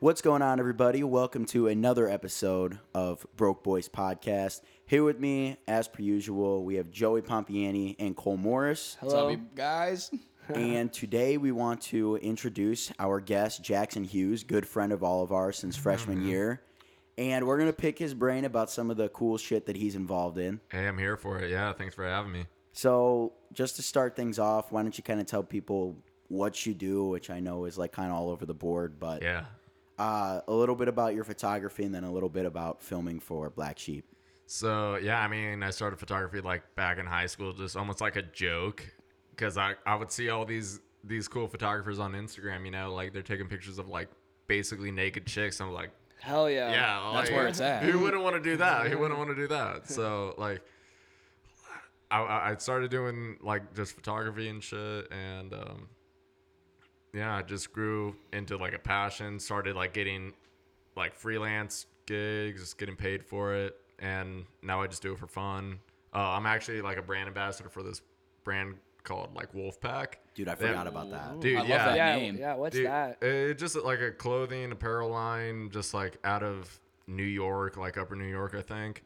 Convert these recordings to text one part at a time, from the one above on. What's going on, everybody? Welcome to another episode of Broke Boys Podcast. Here with me, as per usual, we have Joey Pompiani and Cole Morris. What's up, E you guys? And today we want to introduce our guest, Jackson Hughes, good friend of all of ours since Mm-hmm. freshman year. And we're going to pick his brain about some of the cool shit that he's involved in. Hey, I'm here for it. Yeah, thanks for having me. So, just to start things off, why don't you kind of tell people what you do, which I know is like kind of all over the board, but Yeah. uh, a little bit about your photography and then a little bit about filming for Black Sheep. So, yeah, I mean, I started photography like back in high school, just almost like a joke because I, I would see all these these cool photographers on Instagram, you know, like they're taking pictures of like basically naked chicks. I'm like, Hell yeah. yeah, Oh, That's like, where it's at. Who wouldn't want to do that? Who wouldn't want to do that? So, like, I- I, I started doing like just photography and shit, and um, yeah, I just grew into like a passion. Started like getting like freelance gigs, just getting paid for it, and now I just do it for fun. Uh, I'm actually like a brand ambassador for this brand called like Wolfpack. Dude, I They have- forgot about that. Dude, I love yeah. that Yeah, name. yeah. What's Dude, that? It just like a clothing apparel line, just like out of New York, like Upper New York, I think.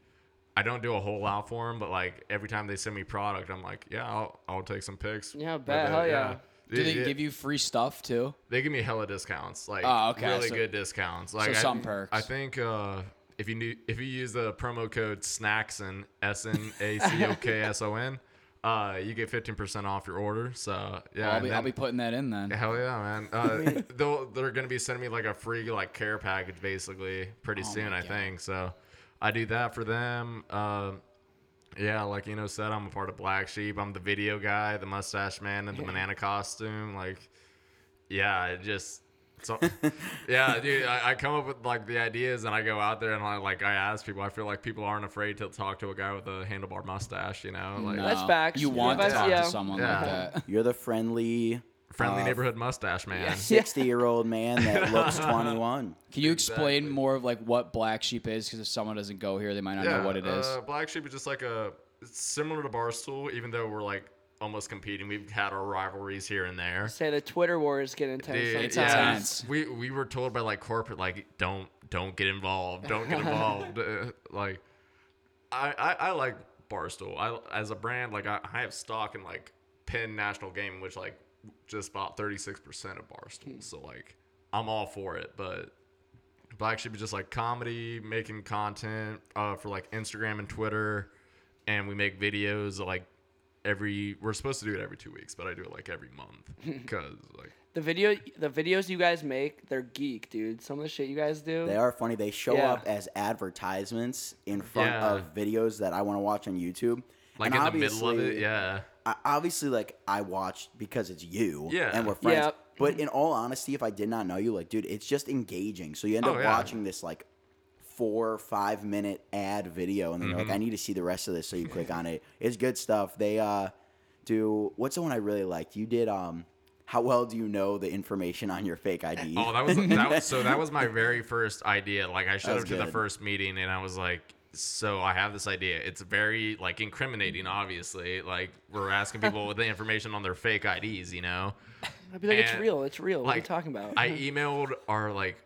I don't do a whole lot for them, but like every time they send me product, I'm like, yeah, I'll, I'll take some pics. Yeah, with bet. Hell it, yeah. Do they Dude, give you free stuff too? They give me hella discounts, like Oh, okay, really so- good discounts. Like I, some perks. I think uh, if you knew, if you use the promo code Snackson S N A C O K S O N, uh, you get 15% off your order. So yeah, I'll and be I'll then- be putting that in then. Hell yeah, man! Uh, they'll, they're gonna be sending me like a free like care package basically pretty soon, I think. So I do that for them. Uh, yeah, like Eno said, I'm a part of Black Sheep. I'm the video guy, the mustache man, and the banana costume. Like, yeah, it just. So, yeah, dude, I, I come up with like the ideas and I go out there and I like I ask people. I feel like people aren't afraid to talk to a guy with a handlebar mustache, you know, like That's facts. Uh, You Yeah, want to that's- talk yeah. to someone like Yeah. that. You're the friendly friendly neighborhood mustache man. 60 year old man that looks 21. Can you explain more of like what black sheep is? Because if someone doesn't go here, they might not know what it is. Uh, Black Sheep is just like a it's similar to Barstool, even though we're like almost competing. We've had our rivalries here and there. Say the Twitter wars get intense. Dude, sometimes. it's yeah. intense. We we were told by like corporate like don't don't get involved, don't get involved. Uh, like I, I I like Barstool. I as a brand like I, I have stock in like Penn National Game, which like just bought thirty six percent of Barstool. so like I'm all for it, but Black Sheep is just like comedy, making content uh, for like Instagram and Twitter, and we make videos like every. We're supposed to do it every two weeks, but I do it like every month because like The video, the videos you guys make, they're geek, dude. Some of the shit you guys do. They are funny. They show Yeah. up as advertisements in front Yeah. of videos that I want to watch on YouTube. like And in the middle of it. obviously- Yeah, I, obviously, like I watched because it's you, Yeah. and we're friends. Yeah. But in all honesty, if I did not know you, like, dude, it's just engaging. So you end Oh, up yeah. watching this like four, five minute ad video, and then you're Mm-hmm. like, I need to see the rest of this. So you click on it. It's good stuff. They uh do what's the one I really liked? You did um. How well do you know the information on your fake ID? Oh, that was that was so that was my very first idea. Like I showed was up to the good. first meeting and I was like, so I have this idea. It's very like incriminating, obviously. Like we're asking people with the information on their fake IDs, you know. I'd be like, it's and, real. It's real. what are you like, talking about? I emailed our like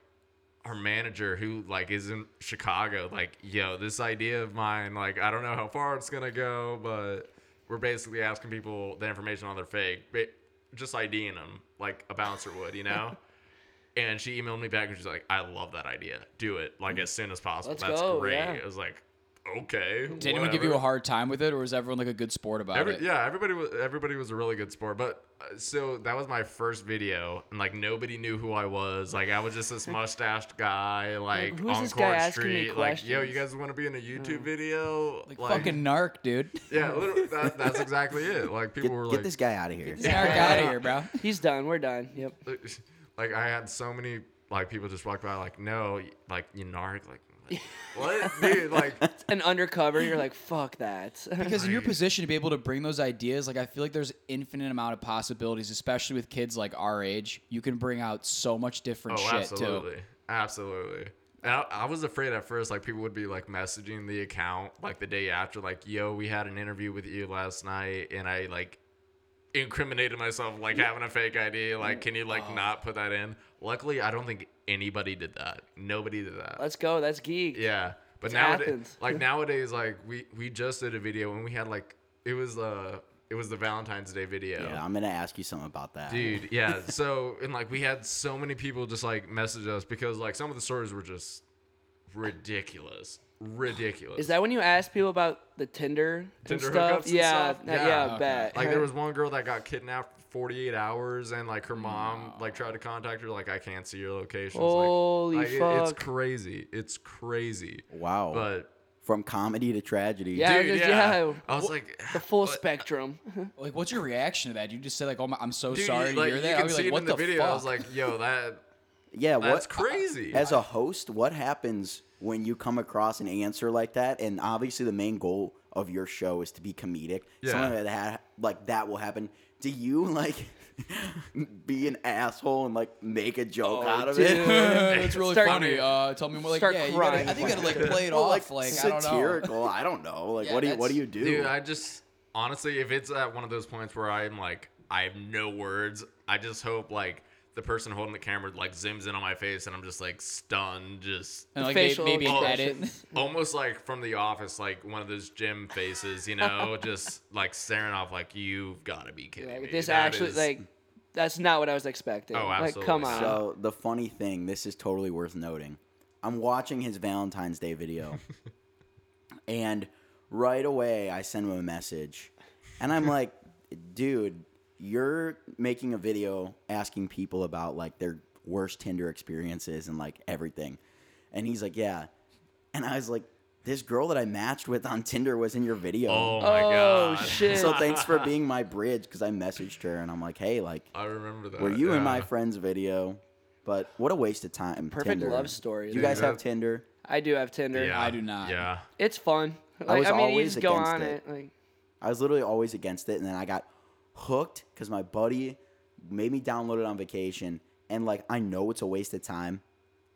our manager who like is in Chicago, like, yo, this idea of mine, like, I don't know how far it's gonna go, but we're basically asking people the information on their fake, ba- just IDing them like a bouncer would, you know. and she emailed me back and she's like, I love that idea, do it like as soon as possible. Mm. Let's That's go, great. yeah. It was like, okay. Did anyone give you whatever. a hard time with it, or was everyone like a good sport about Every, it? yeah, everybody was everybody was a really good sport. But uh, so that was my first video, and like nobody knew who I was. Like I was just this mustached guy, like who's on this guy Court asking me Street. Like, yo, questions? you guys want to be in a YouTube video? Like, fucking narc, dude. yeah, literally, that, that's exactly it. Like people Get, were get like, this guy out of here. narc out of here, bro. He's done. We're done. Yep. like I had so many like people just walk by, like no, like you narc, like like, what, dude, like. And undercover, you're like, fuck that. Because in your position to be able to bring those ideas, like I feel like there's infinite amount of possibilities, especially with kids like our age. You can bring out so much different shit Oh, absolutely. too. Absolutely. And I, I was afraid at first, like people would be like messaging the account like the day after, like, yo, we had an interview with you last night and I like incriminated myself like having a fake ID. Like, can you like not put that in? Luckily, I don't think anybody did that. Nobody did that. Let's go. That's geek. Yeah, but nowadays, Athens. like nowadays, like we we just did a video and we had like it was uh it was the Valentine's Day video. Yeah, I'm gonna ask you something about that. Dude, yeah. So and like we had so many people just like message us because like some of the stories were just ridiculous, ridiculous. Is that when you ask people about the Tinder, and Tinder hookups stuff? and yeah, stuff? that- Yeah. yeah, Okay. bet. like there was one girl that got kidnapped for 48 hours and like her mom like tried to contact her like I can't see your location. It's, like- Holy like, it- fuck. it's crazy. It's crazy. Wow. But From comedy to tragedy. Yeah. dude, just- yeah. yeah. I was like the full spectrum. Like, what's your reaction to that? You just said like, "Oh my, I'm so Dude, sorry you, to like, hear you that." can I was see like, it "What in the, video. fuck?" I was like, yo, that Yeah. that's What crazy. as a host, what happens when you come across an answer like that? And obviously, the main goal of your show is to be comedic. Yeah. Something like that like that will happen. Do you like be an asshole and like make a joke Oh, out of it? dude. "That's really Start- funny." Uh, tell me more. Like, Start yeah, you gotta, crying. I think you gotta like play it off. Like, I don't know. satirical. I don't know. Like, Yeah, what do you what do that's- you do? Dude, I just honestly, if it's at one of those points where I'm like, I have no words, I just hope like the person holding the camera like zooms in on my face and I'm just like stunned, just And like, may- Facial maybe edit. expressions. almost like from the office, like one of those gym faces, you know, just like staring off, like you've got to be kidding Like, me. this That actually, is- like, that's not what I was expecting. Oh, Like, come absolutely. on. So the funny thing, this is totally worth noting. I'm watching his Valentine's Day video, and right away I send him a message, and I'm like, "Dude, you're making a video asking people about like their worst Tinder experiences and like everything," and he's like, "Yeah," and I was like, "This girl that I matched with on Tinder was in your video." oh my oh god, shit! So thanks for being my bridge because I messaged her and I'm like, hey, like, I remember that. were you in my yeah. friend's video? But what a waste of time. Perfect Tinder. love story. Do you guys Dude, have that- Tinder? I do have Tinder. Yeah, I do not. Yeah. It's fun. Like, was I mean, you always just go against on it. it. Like, I was literally always against it, and then I got hooked because my buddy made me download it on vacation, and like I know it's a waste of time,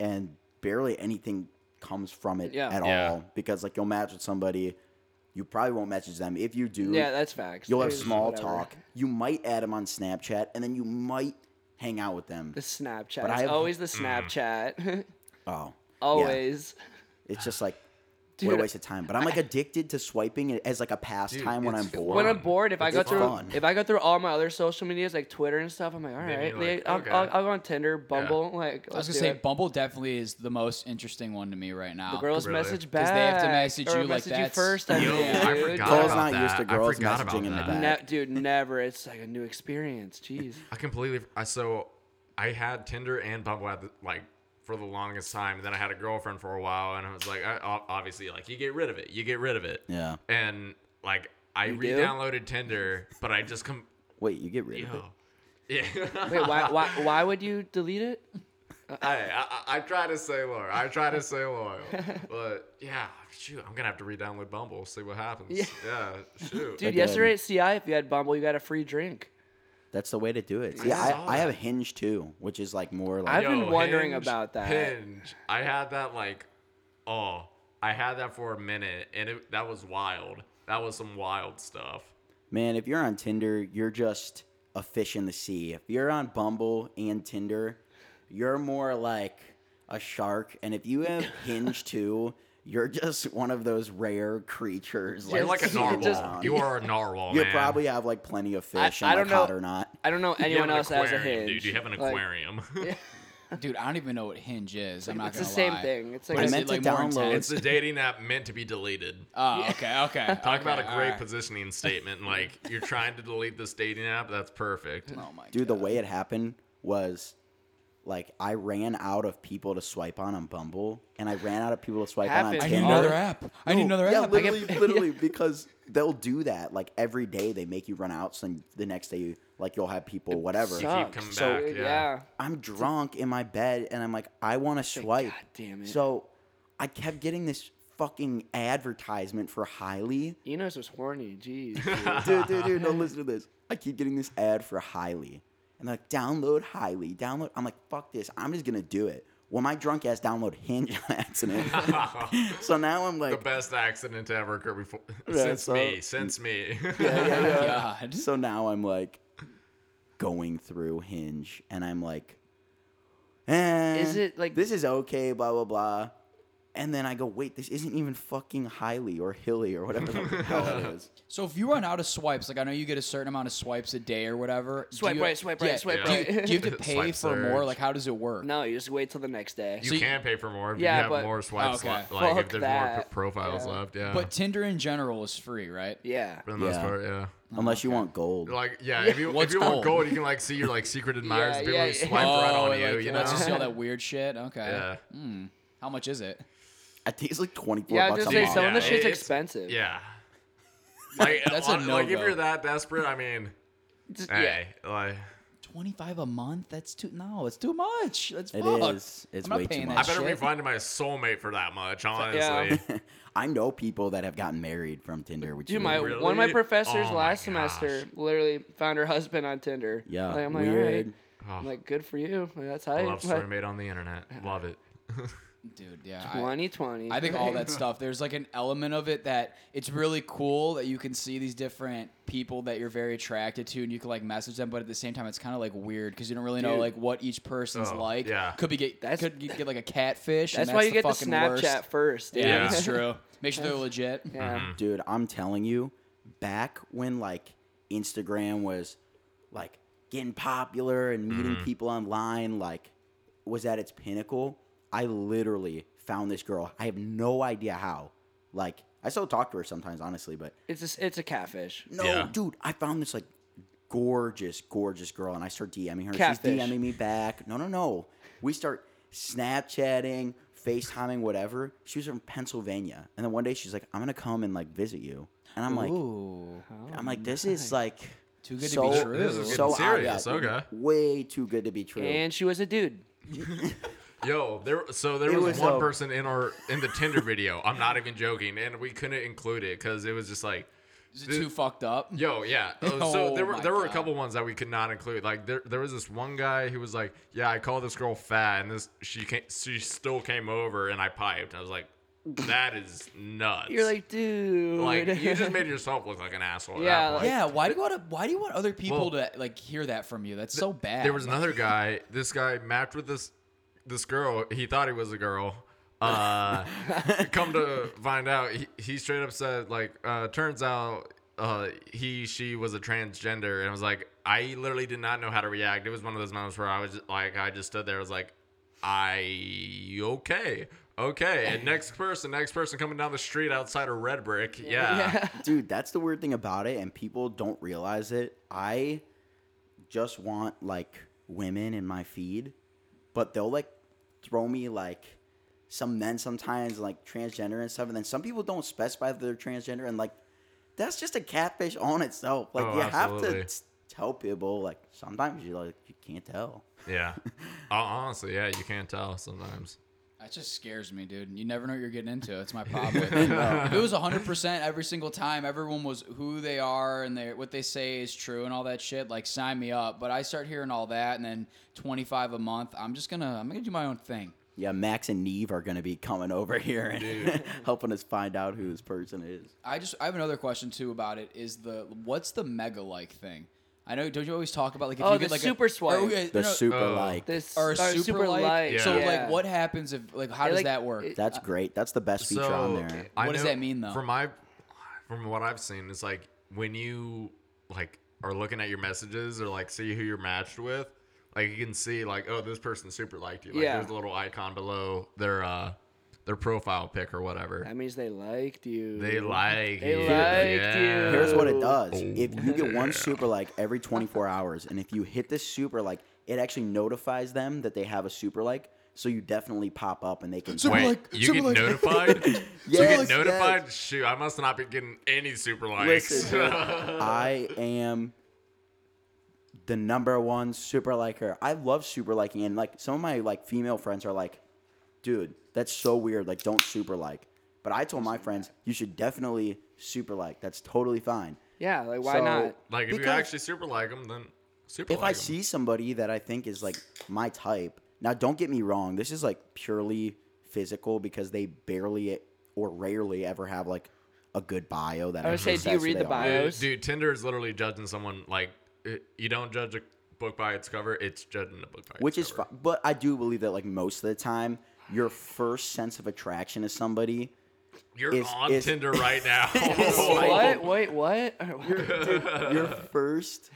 and barely anything comes from it Yeah. at Yeah. all because like you'll match with somebody, you probably won't message them. If you do, yeah, that's facts. you'll have It's small whatever. talk. You might add them on Snapchat, and then you might hang out with them. The Snapchat. But I It's have- Mm. always the Snapchat. Oh, yeah. always. It's just like what Dude, a waste of time. But I'm like addicted to swiping it as like a pastime when I'm it's- bored. When I'm bored, if I It's go through, fun. if I go through all my other social medias like Twitter and stuff, I'm like, all Then right, you're like, I'll, okay. I'll, I'll go on Tinder, Bumble. I was Like, gonna let's do say, it. Bumble definitely is the most interesting one to me right now. The girls Really? message back. 'Cause they have to message or you like message you that's- first. I Yo, think, I dude. forgot Cole's about not that. used to I girls forgot messaging about in the that. back. Ne- dude, never. It's like a new experience. Jeez. I completely. I so I had Tinder and Bumble at the, like for the longest time. And then I had a girlfriend for a while, and I was like, I, ob- obviously, like you get rid of it, you get rid of it. Yeah. And like I do? re-downloaded Tinder, but I just come. Wait, you get rid of it. Yo. Yeah. Wait, why, why, why would you delete it? I, I I try to stay loyal. I try to stay loyal, but yeah, shoot, I'm gonna have to re-download Bumble. See what happens. Yeah, shoot. Dude, Again. yesterday at CI, if you had Bumble, you got a free drink. That's the way to do it. Yeah, saw I, I that. have Hinge too, which is like more like I've been wondering about that. Hinge. I had that like, oh, I had that for a minute, and it, that was wild. That was some wild stuff. man. If you're on Tinder, you're just a fish in the sea. If you're on Bumble and Tinder, you're more like a shark. And if you have Hinge too, you're just one of those rare creatures. You're like a sitting narwhal. down. you are a narwhal. You man. probably have like plenty of fish. I and, don't like, hot know. or not. I don't know You have anyone an else that has a aquarium, hinge. dude. You have an Like, aquarium. Dude, I don't even know what Hinge is. I'm not it's the gonna same lie. thing. It's What like is I it, meant to like, more download- intense? it's a dating app meant to be deleted. Oh, okay, okay. Talk about a okay, great alright. positioning statement. Like you're trying to delete this dating app. That's perfect. Oh my Dude, god. the way it happened was like I ran out of people to swipe on on Bumble, and I ran out of people to swipe on on Happened. I Tinder. need another app. I need No, another yeah, app. Oh I get- literally, literally, because they'll do that like every day. They make you run out, so then the next day, like you'll have people, whatever. You keep Sucks. coming So- back. Dude, Yeah. yeah. I'm drunk in my bed, and I'm like, I want to swipe. God damn it. So I kept getting this fucking advertisement for Highly. Enos was horny. Jeez. dude, dude, dude, no, listen to this. I keep getting this ad for Highly. And they're like, download Highly, download. I'm like, fuck this. I'm just going to do it. Well, my drunk ass download Hinge on accident. so now I'm The like, best accident to ever occur before Yeah, since so- me. Since me. yeah, yeah, yeah. God. So now I'm like, going through Hinge, and I'm like, eh, Is it, like- this is okay, blah blah blah, and then I go, wait, this isn't even fucking Hiley or Hilly or whatever the hell it is. So if you run out of swipes, like I know you get a certain amount of swipes a day or whatever. do Swipe you- right, swipe right, swipe do you- right. Do you, have to pay Swipe for more? surge. Like how does it work? No, you just wait till the next day. You So you- can pay for more if Yeah, you have but- more swipes Okay. left. Like Fuck if there's more that. p- profiles left, yeah. But Tinder in general is free, right? yeah. for the most Yeah. part, yeah. Oh, Unless you want gold. Like yeah, if you What's if you want gold? gold, you can like see your like secret admirers, Yeah, people yeah, who yeah. swipe right Oh, on like, you, you know. let's just see all that weird shit. Okay. Yeah. Hmm. How much is it? I think it's like twenty four Yeah, I was bucks gonna a say month. some of Yeah, this shit's it's- expensive. Yeah. Like That's a on- like if no-go. you're that desperate, I mean, Just- hey, like Twenty five a month? That's too no. It's too much. That's It fucked. is. It's I'm not way too paying much. I that better be shit. finding my soulmate for that much, honestly. I know people that have gotten married from Tinder, which Dude, is my weird. one of my Really? professors Oh my last gosh. semester literally found her husband on Tinder. yeah, like, I'm like, all weird. right. Oh, I'm like, good for you. Like, that's how love story made on the internet. Love it. Dude, yeah. I- 2020. I think all that stuff. There's like an element of it that it's really cool that you can see these different people that you're very attracted to, and you can like message them. But at the same time, it's kind of like weird because you don't really know Dude. like what each person's Oh, like. yeah. could be get That's- could you get like a catfish. That's, and why that's you get the fucking Snapchat Worst. first. Dude. Yeah, that's true. Make sure they're legit. Yeah. Mm-hmm. Dude, I'm telling you, back when like Instagram was like getting popular and meeting people online, like was at its pinnacle. I literally found this girl. I have no idea how. Like, I still talk to her sometimes, honestly, but It's a, s- it's a catfish. no, Yeah. dude, I found this like gorgeous, gorgeous girl, and I start DMing her. Catfish. She's DMing me back. No, no, no. We start Snapchatting, FaceTiming, whatever. She was from Pennsylvania, and then one day she's like, "I'm gonna come and like visit you," and I'm like, Ooh, "I'm like, this is like Too good to so, be true. This is so getting odd, serious, yeah, okay. way too good to be true." And she was a dude. Yo, there. So there It was, was one a- person in our in the Tinder video. I'm not even joking, and we couldn't include it because it was just like, is it too fucked up? yo, yeah. Uh, so Oh there were my there were a God. couple ones that we could not include. Like there there was this one guy who was like, yeah, I called this girl fat, and this she came, she still came over, and I piped. I was like, that is nuts. You're like, dude. like you just made yourself look like an asshole. at Yeah, that point. Yeah, why do you want to? Why do you want other people Well, to like hear that from you? That's so bad. There was another guy. This guy matched with this this girl. He thought he was a girl. Uh, come to find out, he, he straight up said like, uh, turns out uh, he she was a transgender, and I was like, I literally did not know how to react. It was one of those moments where I was just, like, I just stood there, I was like, I okay. Okay, and next person, next person coming down the street outside of Red Brick. Yeah. Dude, that's the weird thing about it, and people don't realize it. I just want like women in my feed, but they'll like throw me like some men sometimes like transgender and stuff, and then some people don't specify that they're transgender, and like that's just a catfish on itself. Like Oh, you have absolutely. to s- tell people like sometimes you like you can't tell. Yeah. Oh, honestly, yeah, you can't tell sometimes. That just scares me, dude. You never know what you're getting into. That's my problem. with it. If it was 100% every single time, everyone was who they are and they what they say is true and all that shit, like sign me up. But I start hearing all that and then 25 a month, I'm just going to I'm going to do my own thing. Yeah, Max and Neve are gonna be coming over here and helping us find out who this person is. I just I have another question too about it is the what's the mega like thing? I know don't you always talk about like if Oh, you get the like a- super swipe. or, okay, The no, super Oh. like this or a super, like. light. So yeah. like what happens if like how It, does like, that work? it- That's great. That's the best feature on there. I What does know that mean, though? From my, from what I've seen, it's like when you like are looking at your messages or like see who you're matched with, like you can see like oh this person super liked you. Like Yeah. there's a little icon below their uh their profile pic or whatever. That means they liked you. they like They you. liked uh, you. yeah. Here's what it does. Oh, If you get one super like every 24 hours, and if you hit this super like, it actually notifies them that they have a super like, so you definitely pop up and they can. Super Wait, like- you super get like- notified? you Yes, get notified? Shoot, I must not be getting any super likes. Listen, dude, I am the number one super liker. I love super liking, and like some of my like female friends are like, "Dude, that's so weird. Like, don't super like." But I told my friends, "You should definitely super like. That's totally fine." Yeah, like why So- not? like if you because- actually super like them, then super if like I 'em. see somebody that I think is like my type, now don't get me wrong, this is like purely physical because they barely e, or rarely ever have like a good bio that I would actually say, do you says who read they the are. bio? Dude, bios. Dude, Tinder is literally judging someone like it- uh, you don't judge a book by its cover, it's judging the book by which its is cover. fine. But I do believe that like most of the time, your first sense of attraction to somebody, You're is- on is- Tinder right now. Oh. What? Wait, what? your first,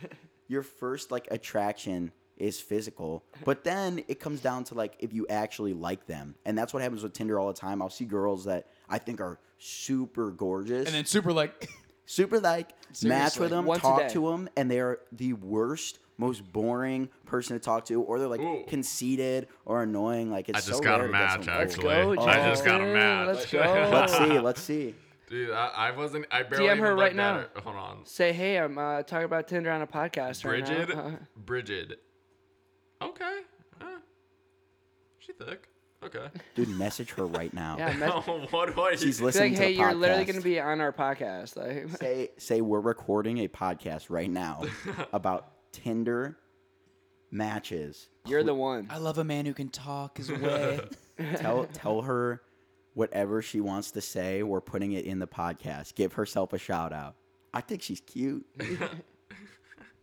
your first like attraction is physical. But then it comes down to like if you actually like them, and that's what happens with Tinder all the time. I'll see girls that I think are super gorgeous, And then super like, super like match Seriously. with them, Once a talk day. to them, and they are the worst. Most boring person to talk to, or they're like Ooh. conceited or annoying. Like it's I just so got rare a to get match someone actually. gorgeous. Let's go, I just got a Justin. match. Let's go. Let's see. Let's see. Dude, I, I wasn't. I barely her even looked right at now. her. Hold on, Say hey, I'm uh, talking about Tinder on a podcast right Bridget. now. Uh, Bridget. Okay. Uh, she thick. Okay. Dude, message her right now. yeah, Oh. mess- what was She's be like, listening hey, to the podcast. you're literally gonna be on our podcast. Like, say say we're recording a podcast right now about Tinder matches. you're the one. I love a man who can talk his way. Tell tell her whatever she wants to say. We're putting it in the podcast. Give herself a shout out. I think she's cute.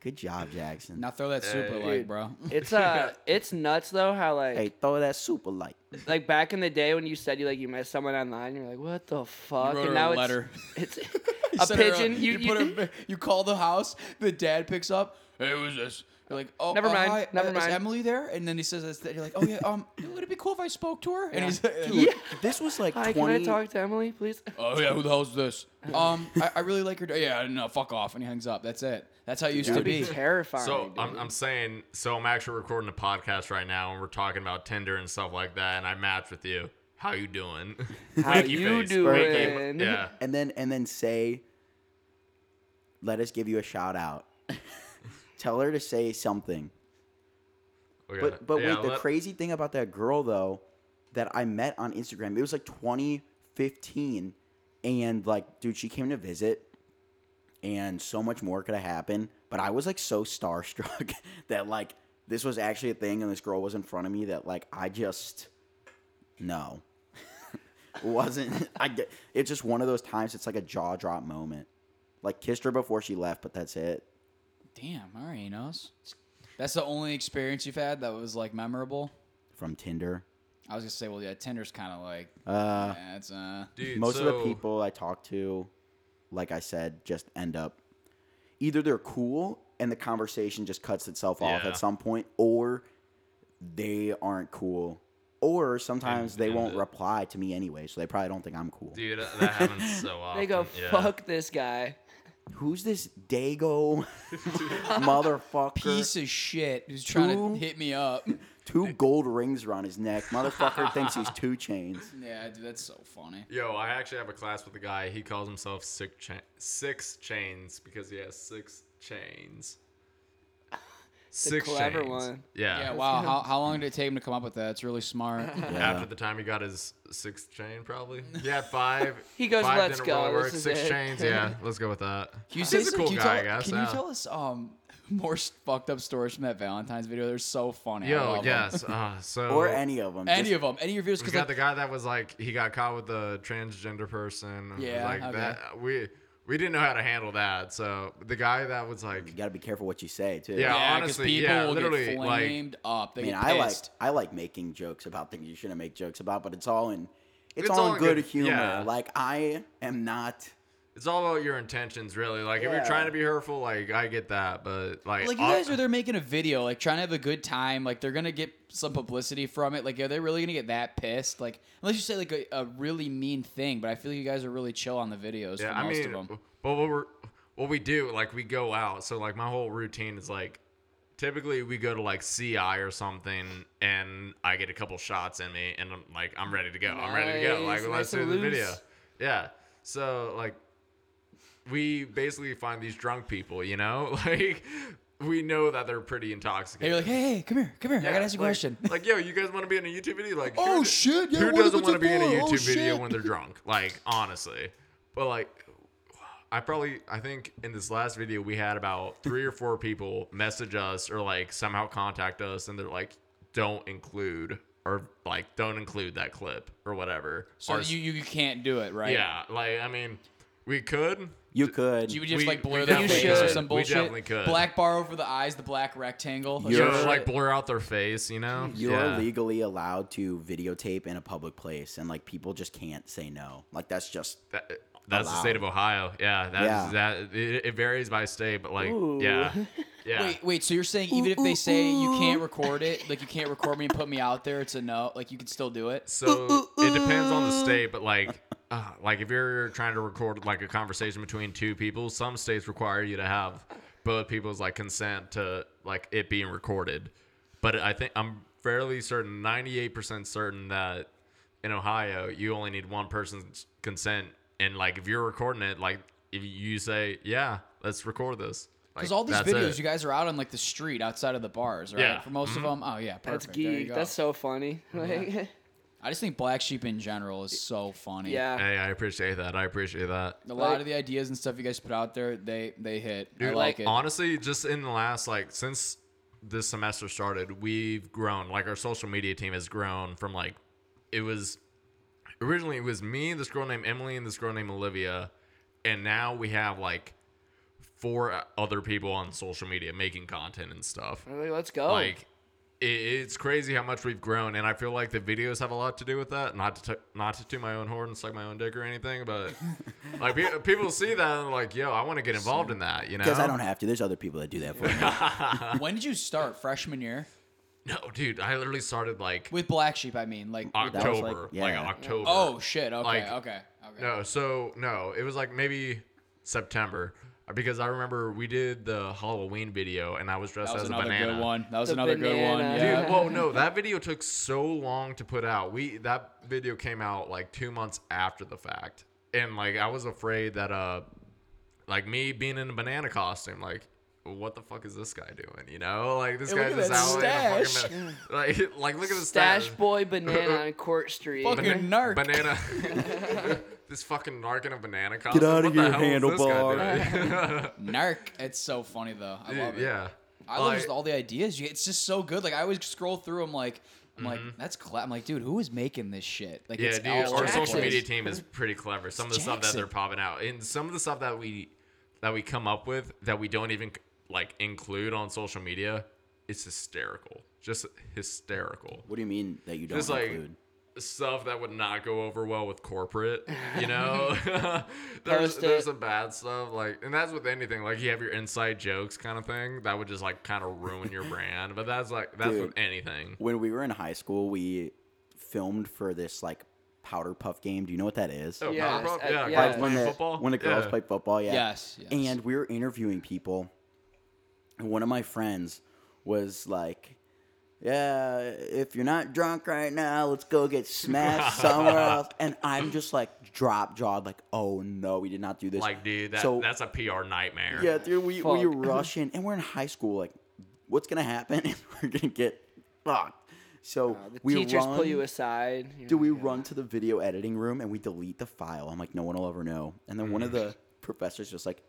Good job, Jackson. now throw that super Hey. like, bro. It's uh, it's nuts though how like Hey, throw that super light. like back in the day when you said you like you met someone online, you're like, what the fuck? wrote and her now a it's- letter. It's, You a sent her pigeon. you, you, you, put her, you call the house. The dad picks up. Hey, who's this? You're like, oh, Never uh, mind, hi, never uh, mind. Is Emily there? And then he says, this, that. you're like, oh yeah, um, would it be cool if I spoke to her? And he's, like, Dude, This was like Hi, can I twenty. talk to Emily, please? oh yeah, who the hell's this? Um, I, I really like her. Yeah, no, fuck off. And he hangs up. That's it. That's how it used to That'd be be. terrifying. So dude. I'm, I'm saying, so I'm actually recording a podcast right now, and we're talking about Tinder and stuff like that, and I matched with you. How you doing? How Winky you face, winky- doing? Yeah. and then and then say let us give you a shout out tell her to say something We gotta- but but yeah, wait the let- crazy thing about that girl though that i met on instagram it was like 2015 and like dude she came to visit and so much more could have happened but i was like so starstruck that like this was actually a thing and this girl was in front of me that like i just no wasn't I get, it's just one of those times it's like a jaw drop moment. Like kissed her before she left, but that's it. Damn, all right, Enos. That's the only experience you've had that was like memorable. From Tinder. I was gonna say, well, yeah, Tinder's kind of like Uh yeah, it's uh. dude, most of the so- people I talk to, like I said, just end up either they're cool and the conversation just cuts itself off Yeah. at some point, or they aren't cool. Or sometimes they and won't the- reply to me anyway, so they probably don't think I'm cool. Dude, that that happens so often. They go, yeah. fuck this guy. Who's this Dago motherfucker? Piece of shit who's trying Who? to hit me up. Two gold rings around his neck. Motherfucker thinks he's two chains. Yeah, dude, that's so funny. Yo, I actually have a class with a guy. He calls himself six, cha- six chains because he has six chains. Six clever chains. one. Yeah. Yeah, wow. How, how long did it take him to come up with that? It's really smart. Yeah. After the time he got his sixth chain, probably. Yeah, five. He goes, five "Let's didn't go, really work, this is Six it." chains. Yeah, let's go with that. Can you, He's say a some- cool can you guy, I tell, guess. Can yeah. you tell us um more s- fucked up stories from that Valentine's video? They're so funny. I Yo, love 'em. yes. Uh, so Or any of them. Any of them, any of your videos, We because got like, the guy that was like he got caught with the transgender person. Yeah, like okay. that. uh, We we didn't know how to handle that. So the guy that was like, You gotta be careful what you say too. Yeah. yeah, 'cause honestly, people yeah, will literally, get like- flamed up. They I mean, get I like pissed. I like making jokes about things you shouldn't make jokes about, but it's all in it's, It's all, all in in good, good- humor. yeah. Like I am not. it's all about your intentions, really. Like if Yeah. you're trying to be hurtful, like I get that, but like, Like you guys are there making a video, like trying to have a good time. Like they're gonna get some publicity from it. Like are they really gonna get that pissed? Like unless you say like a, a really mean thing, but I feel like you guys are really chill on the videos yeah, for I most mean, of them. but what we're what we do, like we go out. So like my whole routine is like. Typically, we go to like CI or something, and I get a couple shots in me, and I'm like, I'm ready to go. I'm ready to go. Like, Nice, let's nice do and the video. loose. Yeah. So like, we basically find these drunk people, you know? Like we know that they're pretty Hey, intoxicated. you're like, hey, hey, come here, come here. I gotta ask you a like- question. Like, yo, you guys want to be in a YouTube video? Like, Oh, who d- shit, yeah, who what if doesn't it's want a to be in a boy? Oh, YouTube video shit. when they're drunk? Like, honestly, but like, I probably, I think in this last video we had about three or four people message us or like somehow contact us, and they're like, don't include or like don't include that clip or whatever. So Or you, you you can't do it, right? yeah, like I mean, We could. You could. You would just We- like we blur their definitely face or could. some We bullshit. definitely could. Black bar over the eyes, the black rectangle. or You're some Just, shit. like blur out their face, you know? You're yeah. legally allowed to videotape in a public place, and like people just can't say no. Like that's just That- that's the state of Ohio. Yeah, that's Yeah. that. It, it varies by state, but like, Ooh. yeah, yeah. Wait, wait. So you're saying even if they say you can't record it, like you can't record me and put me out there, it's a no. Like you can still do it. So it depends on the state, but like, uh, like if you're trying to record like a conversation between two people, some states require you to have both people's like consent to like it being recorded. But I think I'm fairly certain, 98% certain that in Ohio you only need one person's consent, and like if you're recording it, like if you say, yeah, let's record this. Because like, all these that's videos, it. you guys are out on like the street outside of the bars, right? Yeah. For most of them, oh yeah, Mm-hmm. That's perfect. There you geek. go. That's so funny. Like, I just think Black Sheep in general is so funny. yeah. Hey, I appreciate that. I appreciate that. A lot of the ideas and stuff you guys put out there, they they hit. I like Dude, like, it. honestly, just in the last like since this semester started, we've grown. Like our social media team has grown from like it was originally it was me, this girl named Emily, and this girl named Olivia, and now we have like four other people on social media making content and stuff. Like, let's go. Oh. Like it, it's crazy how much we've grown, and I feel like the videos have a lot to do with that. Not to t- not to toot my own horn and suck my own dick or anything, but like pe- people see that and they're like, yo, I want to get involved in that. You know, because I don't have to. There's other people that do that for me. when did you start freshman year No, dude, I literally started like with Black Sheep? I mean, like. was, like- October, like, yeah. October. Oh shit! Okay, Like- okay, okay. no, so no, it was like maybe September because I remember we did the Halloween video and I was dressed that was as a another banana. good one. That was The another good one. banana. Dude, Yeah. whoa, no, that video took so long to put out. We that video came out like two months after the fact, and like I was afraid that uh, like me being in a banana costume, like what the fuck is this guy doing? You know, like this Hey, guy look at just out that in a fucking like like look at the Stash boy banana on Court Street. Fucking narc. banana. this fucking narc in a banana costume. outta What the here, hell is this guy Narc. It's so funny though. I doing? love it. yeah. I love just all the ideas. You, it's just so good. Like I always scroll through. I'm like, I'm like, that's cla-. I'm like, dude, who is making this shit? Like, Mm-hmm. Yeah, it's dude, all our over the social place. media team is pretty clever. Some of the stuff that Jackson. they're popping out, and some of the stuff that we that we come up with that we don't even like include on social media, it's hysterical. Just hysterical. what do you mean that you don't Just like include? stuff that would not go over well with corporate, you know. there's Post there's it. some bad stuff like, and that's with anything. Like you have your inside jokes kind of thing that would just like kind of ruin your brand. But that's like that's Dude. with anything. when we were in high school, we filmed for this like powder puff game. Do you know what that is? Oh, Yes, Powerpuff? uh, yeah, yeah. girls Like when playing the football. when the girls Yeah. play football, yeah. Yes, yes. And we were interviewing people, and one of my friends was like, "Yeah, if you're not drunk right now, let's go get smashed somewhere else." And I'm just like drop jawed, like, "Oh no, we did not do this." like, dude, that, So- that's a PR nightmare. yeah, dude, we we Fuck. rush in, and we're in high school. Like, what's gonna happen? is we're gonna get fucked. So Uh, The we teachers run, pull you aside. you do know, we you run to the video editing room and we delete the file? I'm like, no one will ever know. And then one of the professors just like,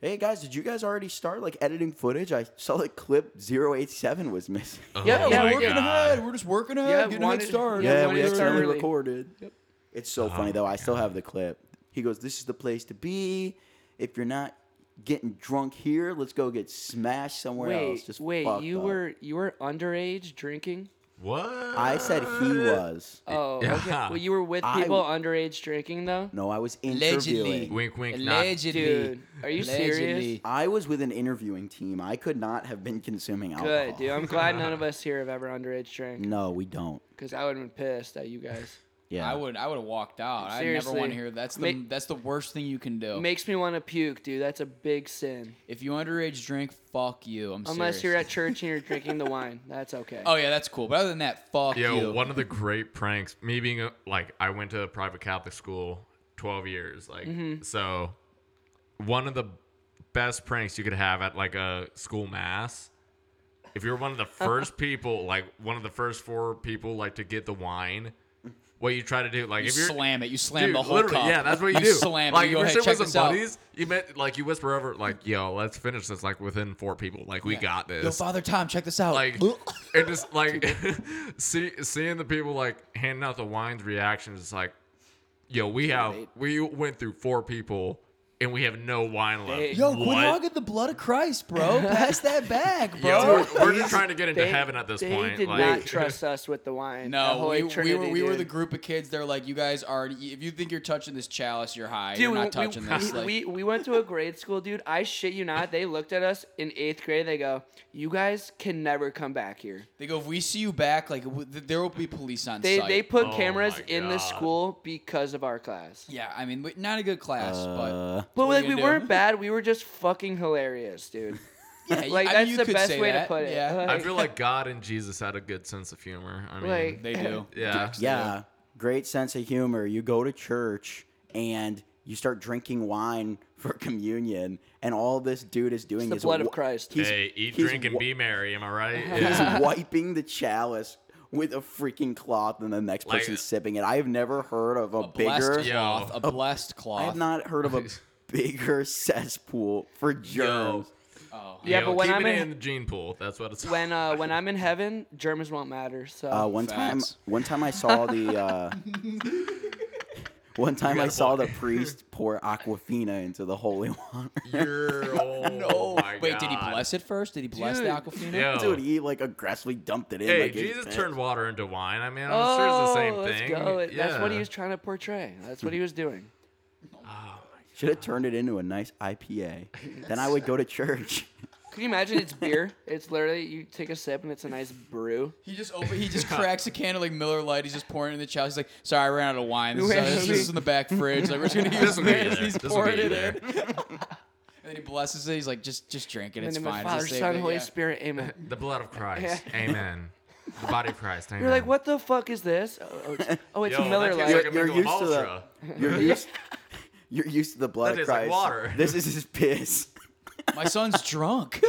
hey guys, did you guys already start like editing footage? I saw that clip 087 was missing. Oh Yeah, yeah, my we're Working God. ahead. We're just working ahead. Yeah, getting a wanted- head start. Yeah, yeah, when we it accidentally started- recorded. Oh It's so funny though. I still have the clip. He goes, this is the place to be. If you're not getting drunk here, let's go get smashed somewhere Wait, else. Just wait, fucked you up." were you were underage drinking? What? I said he was. Oh, okay. Yeah. Well, you were with I- people underage drinking though. No, I was interviewing. Allegedly. Wink, wink, nod. Allegedly. Dude, are you serious? Allegedly. I was with an interviewing team. I could not have been consuming alcohol. Good, dude. I'm glad none of us here have ever underage drank No, we don't. because I would have been pissed at you guys. Yeah. I would. I would have walked out. I Seriously. never want to hear. That's the. Ma- that's the worst thing you can do. Makes me want to puke, dude. That's a big sin. if you underage drink, fuck you. I'm Unless serious. you're at church and you're drinking the wine, that's okay. Oh yeah, that's cool. But other than that, fuck Yo, you. one of the great pranks. Me being a, like, I went to a private Catholic school, twelve years. Like, Mm-hmm. so one of the best pranks you could have at like a school mass. If you're one of the first people, like one of the first four people, like to get the wine, what you try to do, like You if you're slam it. You slam Dude, the whole literally, cup. Yeah, that's what you, do. Slam like it. You go if ahead. you're Check with this some out. buddies, you meant like you whisper over like, "Yo, let's finish this." Like within four people, like we got this. Yo, Father Tom, check this out. like and just like see seeing the people like handing out the wines reactions, it's like, yo, we have we went through four people and we have no wine left. They- Yo, quit What? hogging the blood of Christ, bro. Pass that back, Yo, bro. we're, we're just trying to get into They- heaven at this they point. did like, not trust us with the wine. The No, Holy we, we were Trinity, we were the dude. group of kids. They're like, you guys are. If you think you're touching this chalice, you're high. Dude, you're we- not touching we, this. we- like, we, we went to a grade school, dude. I shit you not. They looked at us in eighth grade. They go, "You guys can never come back here." they go, if we see you back, like w- th- there will be police on They site. they put Oh cameras my in the God. school because of our class. yeah, I mean, we- not a good class, Uh, But What are like you we gonna do? weren't bad. We were just fucking hilarious, dude. but yeah, like, I mean, that's you the could best say way to that, put it. Yeah, Like- I feel like God and Jesus had a good sense of humor. I mean, Like- they do. yeah, yeah, great sense of humor. You go to church and you start drinking wine for communion, and all this dude is doing the is blood of wi- Christ. he's- Hey, eat, he's drink, and wi- be merry. Am I right? He's Yeah. wiping the chalice with a freaking cloth, and the next Like- uh, person's sipping it. I have never heard of a, a bigger. blessed cloth, a blessed cloth. I have not heard of a bigger cesspool for germs. Oh, Yeah, Yo, but when keep I'm it in- the gene pool, that's what it's. when uh when I'm in heaven, Germans won't matter. So Uh, one Facts. time, one time I saw the. Uh, one time I gotta saw the walk. priest pour aquafina into the holy water. You're, oh no. my Wait, did he God. bless it first? Did he bless Dude. the aquafina? Yo. Dude, he like aggressively dumped it in. Oh. Hey, like, it- Jesus turned water into wine. I mean, I'm oh, sure it's the same let's thing. go. That's what he Yeah. was trying to portray. That's what he was doing. Should have turned it into a nice IPA. then I would go to church. Could you imagine? It's beer. It's literally you take a sip and it's a nice brew. He just open, he just cracks a can of like Miller Lite. He's just pouring it in the chalice. He's like, "Sorry, I ran out of wine. This, is, uh, this is in the back fridge. Like we're just gonna use This will get you this." there. He's This will pouring get it you in. there. And then he blesses it. He's like, "Just just drink it. In It's the name of fine." the Father, it's the Son, thing, Holy yeah. Spirit, Amen. The blood of Christ. Amen. The body of Christ. Amen. You're like, what the fuck is this? Oh, oh, it's, oh, it's Yo, Miller that Lite. tastes like a You're Michelob used to the- Ultra. You're used, you're used to the blood That of tastes like Christ. water. This is his piss. My son's drunk.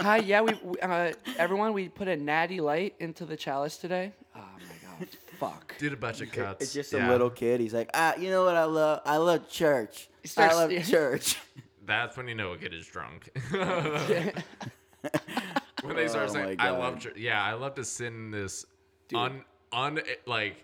Hi, yeah, we, we uh, everyone we put a natty light into the chalice today. Oh my god, fuck. Did a bunch of cuts. It's just Yeah. a little kid. He's like, ah, you know what I love? I love church. I starts- love church. That's when you know a kid is drunk. when they start Oh saying, my "I love," God. church. yeah, I love to sit in this un un like.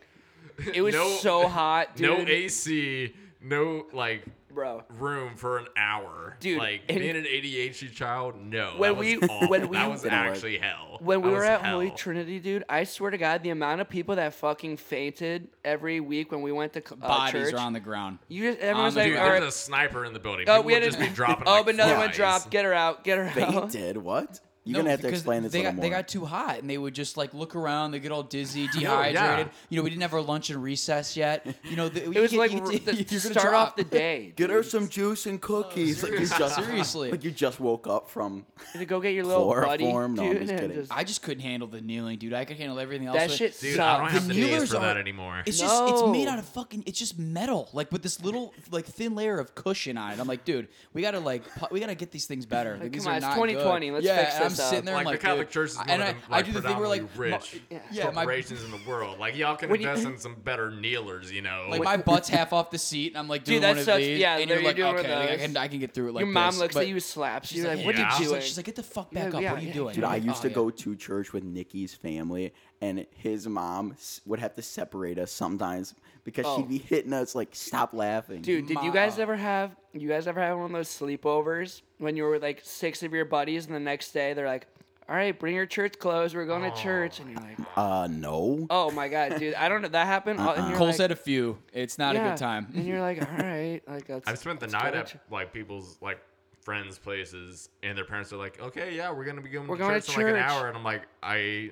It was no- so hot, dude. No AC, no like bro. room for an hour. Dude, like and- being an ADHD child, no. When that was we- awful. when we- that was Didn't work. actually hell. When we That were was at hell. Holy Trinity, dude, I swear to God, the amount of people that fucking fainted every week when we went to c- uh, Bodies church. are on the ground. You just everyone's the- like, Dude, all there's right. a sniper in the building. Oh, People we would had just a, be dropping. oh, like, but another one flies. dropped. Get her out. Get her out. Fainted. What? You're gonna have to because explain this they a got little they more. got too hot and they would just like look around. They get all dizzy, Oh, dehydrated. You know, we didn't have our lunch and recess yet. You know, the, It was like r- the, to start off the day. Get her some juice and cookies. like you just seriously. like you just woke up from. To go get your little buddy, Chloroform? No, I'm dude. just and kidding. just- I just couldn't handle the kneeling, dude. I could handle everything else. that but- shit Dude, I don't sucked. have the knees Vanillas for that are- anymore. It's just it's made No. out of fucking it's just metal, like with this little like thin layer of cushion on it. I'm like, dude, we gotta like pu- we gotta get these things better. Like, these come on, are it's not 2020, good. let's yeah, fix and I'm this up. sitting there, I'm Like, like the Catholic dude, Church is I- one and of I, them, I like, do the thing where like predominantly my- rich yeah, my corporations in the world. Like y'all can When you- invest in some better kneelers, you know. like my butt's half off the seat, and I'm like doing Dude, that one of sucks. these, Yeah, and you're you're like, doing one of okay, like, I those. can I can get through it. Like Your mom this, looks but at you, slaps She's you, like, like, what yeah. did you she's do? like, she's like, get the fuck back Yeah, up. yeah, what are you yeah. doing? Dude, I I'm like, used "Oh, to yeah." go to church with Nikki's family, and his mom s- would have to separate us sometimes because Oh. she'd be hitting us like, "Stop laughing, Dude, did you Ma- guys ever have you guys ever have one of those sleepovers when you were with like six of your buddies and the next day they're like, All right, bring your church clothes, we're going to church and you're like, Uh, no. Oh my god, dude, I don't know that happened. Uh, and you're Cole like, said a few. It's not a "Yeah," good time. And you're like, All right, like that's I've spent the let's go night to at church." like people's like friends' places, and their parents are like, "Okay, yeah, we're gonna be going, We're to, going church to in like church. an hour," and I'm like, "I."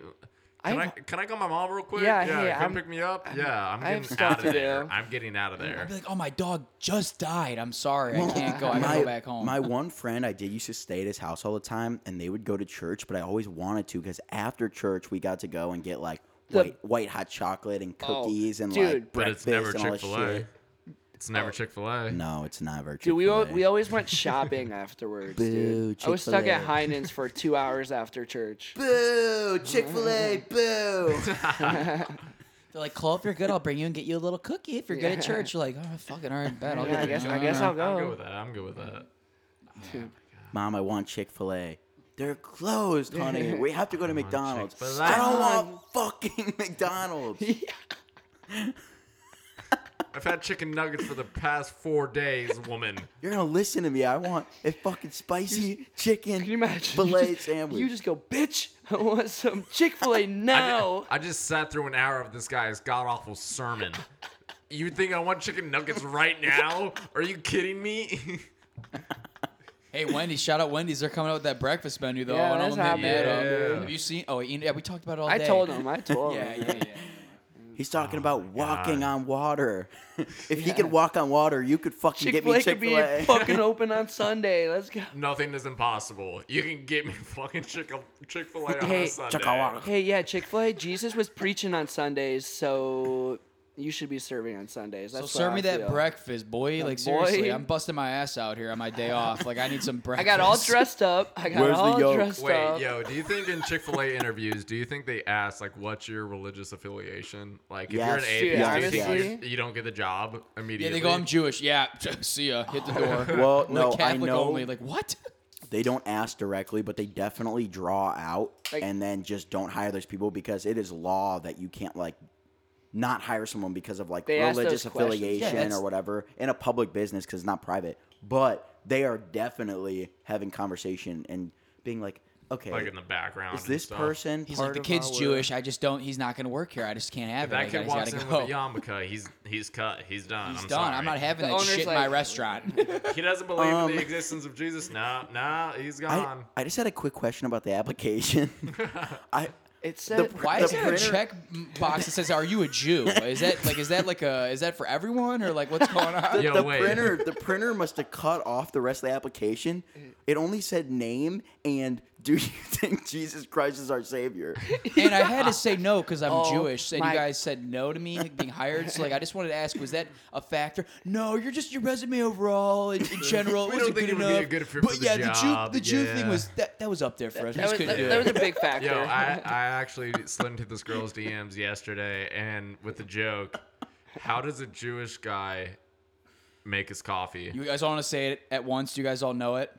Can I, I've- can I call my mom real quick? Yeah, hey, come I'm- pick me up. yeah, I'm I have getting stuff out to of there. do. I'm getting out of there. I'd be like, oh, my dog just died. I'm sorry, Oh, I can't go. I my, gotta go back home. my one friend I did used to stay at his house all the time, and they would go to church, but I always wanted to because after church we got to go and get like The- white white hot chocolate and Oh, cookies and dude. like but breakfast it's never and all Chick this Fil A. shit. It's never Chick Fil A. No, it's never. Dude, we, al- Chick-fil-A. we always went shopping afterwards, dude. Boo, I was stuck at Chick-fil-A. Heinen's for two hours after church. boo Chick Fil A boo. They're like, Cole, if you're good, I'll bring you and get you a little cookie. If you're good at church, you're like, oh, fucking all right, bet. I'll Yeah, get I it." guess I guess I'll I'm good go. with that. I'm good with that. Mom, I want Chick Fil A. They're closed, honey. We have to go to McDonald's. Chick-fil-A. I don't want fucking McDonald's. I've had chicken nuggets for the past four days, woman. You're gonna listen to me. I want a fucking spicy chicken Can you imagine? fillet you just, sandwich. You just go, bitch, I want some Chick fil A I ju- now. I just sat through an hour of this guy's god awful sermon. You think I want chicken nuggets right now? Are you kidding me? Hey, Wendy's! Shout out Wendy's. They're coming out with that breakfast menu though. Yeah, I that's don't know if hot, they made man. it up. Yeah. Have you seen? Oh, you- yeah, we talked about it all I day. told him. I told Yeah, him. yeah, yeah. He's talking Oh about walking God. on water. if he could walk on water, you could fucking Chick fil A get could me be Chick Fil A. fucking open on Sunday. Let's go. Nothing is impossible. You can get me fucking Chick Chick Fil A on Hey, a Sunday. Chick-fil-A. Hey, yeah, Chick fil A, Jesus was preaching on Sundays, so you should be serving on Sundays. So That's serve what me I that feel. breakfast, boy. Like seriously, boy. I'm busting my ass out here on my day off. Like I need some I breakfast. got all dressed up. I got Where's the all yolk? dressed Wait, up. yo, do you think in Chick Fil A interviews, do you think they ask like, "What's your religious affiliation?" Like, if you're an Yes. atheist, Dude, do you think honestly- you, you don't get the job Yeah, immediately? they go. I'm Jewish. Yeah. See ya. Hit the door. Well, We're no, I Catholic know only. Like what? they don't ask directly, but they definitely draw out Like- and then just don't hire those people because it is law that you can't like not hire someone because of like They ask those religious questions. affiliation Yeah, that's- or whatever in a public business because it's not private. But they are definitely having conversation and being like, okay, like in the background. is and this stuff. person? He's part like the of kid's our- Jewish. I just don't. He's not gonna work here. I just can't have If it. that Like, I kid just walks gotta in go. with a yarmulke. He's he's cut. He's done. He's I'm done. Sorry. I'm not having The that owner's shit in my like- restaurant. He doesn't believe Um, in the existence of Jesus. No, no, he's I, Um, gone. I just had a quick question about the application. I It The said, pr- Why The is there a printer- check box that says "Are you a Jew"? Is that like is that like a is that for everyone or like what's going on? Yo, the wait. printer the printer must have cut off the rest of the application. It only said name and do you think Jesus Christ is our savior? And I had to say no because I'm Oh, Jewish, and my- you guys said no to me like, being hired. So like I just wanted to ask, was that a factor? No, you're just your resume overall in, in general We it don't wasn't think good it would be enough. a good fit for but the yeah, job, the Jew the Jew thing yeah. was that that was up there for us. We that, just was, couldn't that, do that was it. a big factor. Yo, I, I actually slid into this girl's DMs yesterday and with the joke, how does a Jewish guy make his coffee? You guys all want to say it at once? Do you guys all know it?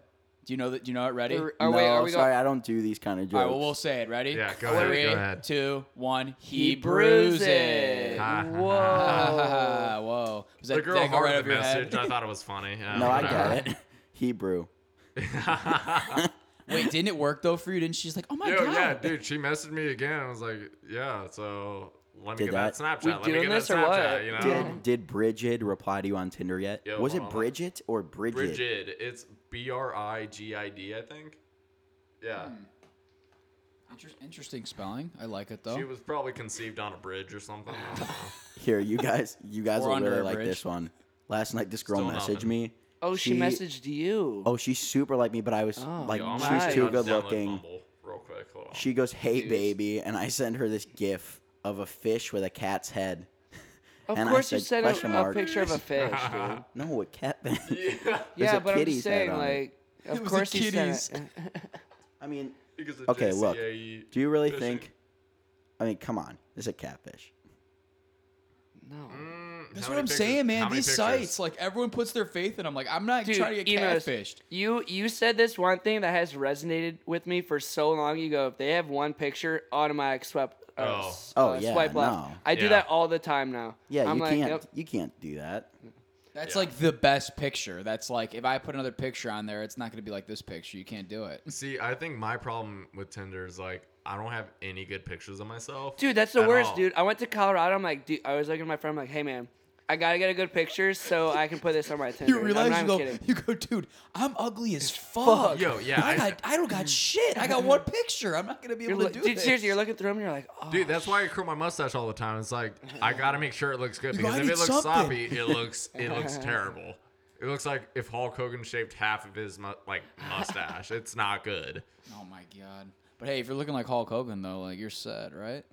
Do you know that? Do you know it? Ready? Are- are no, we, are we sorry, going? I don't do these kind of jokes. All right, well, we'll say it. Ready? Yeah, go ahead, Three, go ahead. two, one. He He bruises. bruises. Ah, Whoa. Whoa. Was that, the girl that go right heard over the your head? message. I thought it was funny. Yeah, no, I whatever. got it. Hebrew. Wait, didn't it work though for you? Didn't she's like, oh my Yo, god. yeah, dude, she messaged me again. I was like, yeah, so let me Did get that, that- Snapchat. We let doing me get this that or what? Snapchat, you know? Did did Bridget reply to you on Tinder yet? Yo, was hold it on. Bridget or Bridget? Brigid. It's B R I G I D, I think. Yeah. Inter- interesting spelling. I like it though. She was probably conceived on a bridge or something. I don't know. Here, you guys you guys Or will under really a like bridge. this one. Last night this girl Still messaged nothing. me. Oh, she, messaged you. Oh, she's super like me, but I was Oh. like Yo, I'm she's actually nice. too gonna good download looking. Bumble Real quick, hold on. She goes, "Hey, baby," and I send her this GIF of a fish with a cat's head. of and I course, you said, sent question a, a mark. picture of a fish, dude. No, a cat. yeah. There's yeah, a but I'm kitty's just head saying, on it. like, of was a course, you kitty's. sent. it. I mean, Because of Okay, look. JCAE do you really fishing. think? I mean, come on, it's a catfish. No. Mm, That's how what many I'm pictures- saying, how man. many These pictures? sites, like everyone puts their faith in. I'm like, I'm not trying to get Enos, catfished. You you said this one thing that has resonated with me for so long. You go, if they have one picture, automatic swipe. Uh, Oh. s- Oh, uh, yeah, swipe left. no. I do Yeah. that all the time now. Yeah, I'm you like, can't. yep. You can't do that. That's Yeah. like the best picture. That's like if I put another picture on there, it's not going to be like this picture. You can't do it. See, I think my problem with Tinder is like I don't have any good pictures of myself. Dude, that's the at worst, all. dude. I went to Colorado. I'm like, dude, I was looking at my friend. I'm like, hey, man, I gotta get a good picture so I can put this on my Tinder. You I'm realize not you even go, kidding. you go, dude. I'm ugly as fuck. Yo, yeah, I, I- got, I don't got shit. I got one picture. I'm not gonna be You're able look- to do dude, this. seriously, you're looking through them and you're like, oh, Dude, that's why I curl my mustache all the time. It's like I gotta make sure it looks good You because gotta if it need something. looks sloppy, it looks it looks terrible. It looks like if Hulk Hogan shaved half of his mu- like mustache. It's not good. oh my god. But hey, if you're looking like Hulk Hogan though, like you're set, right?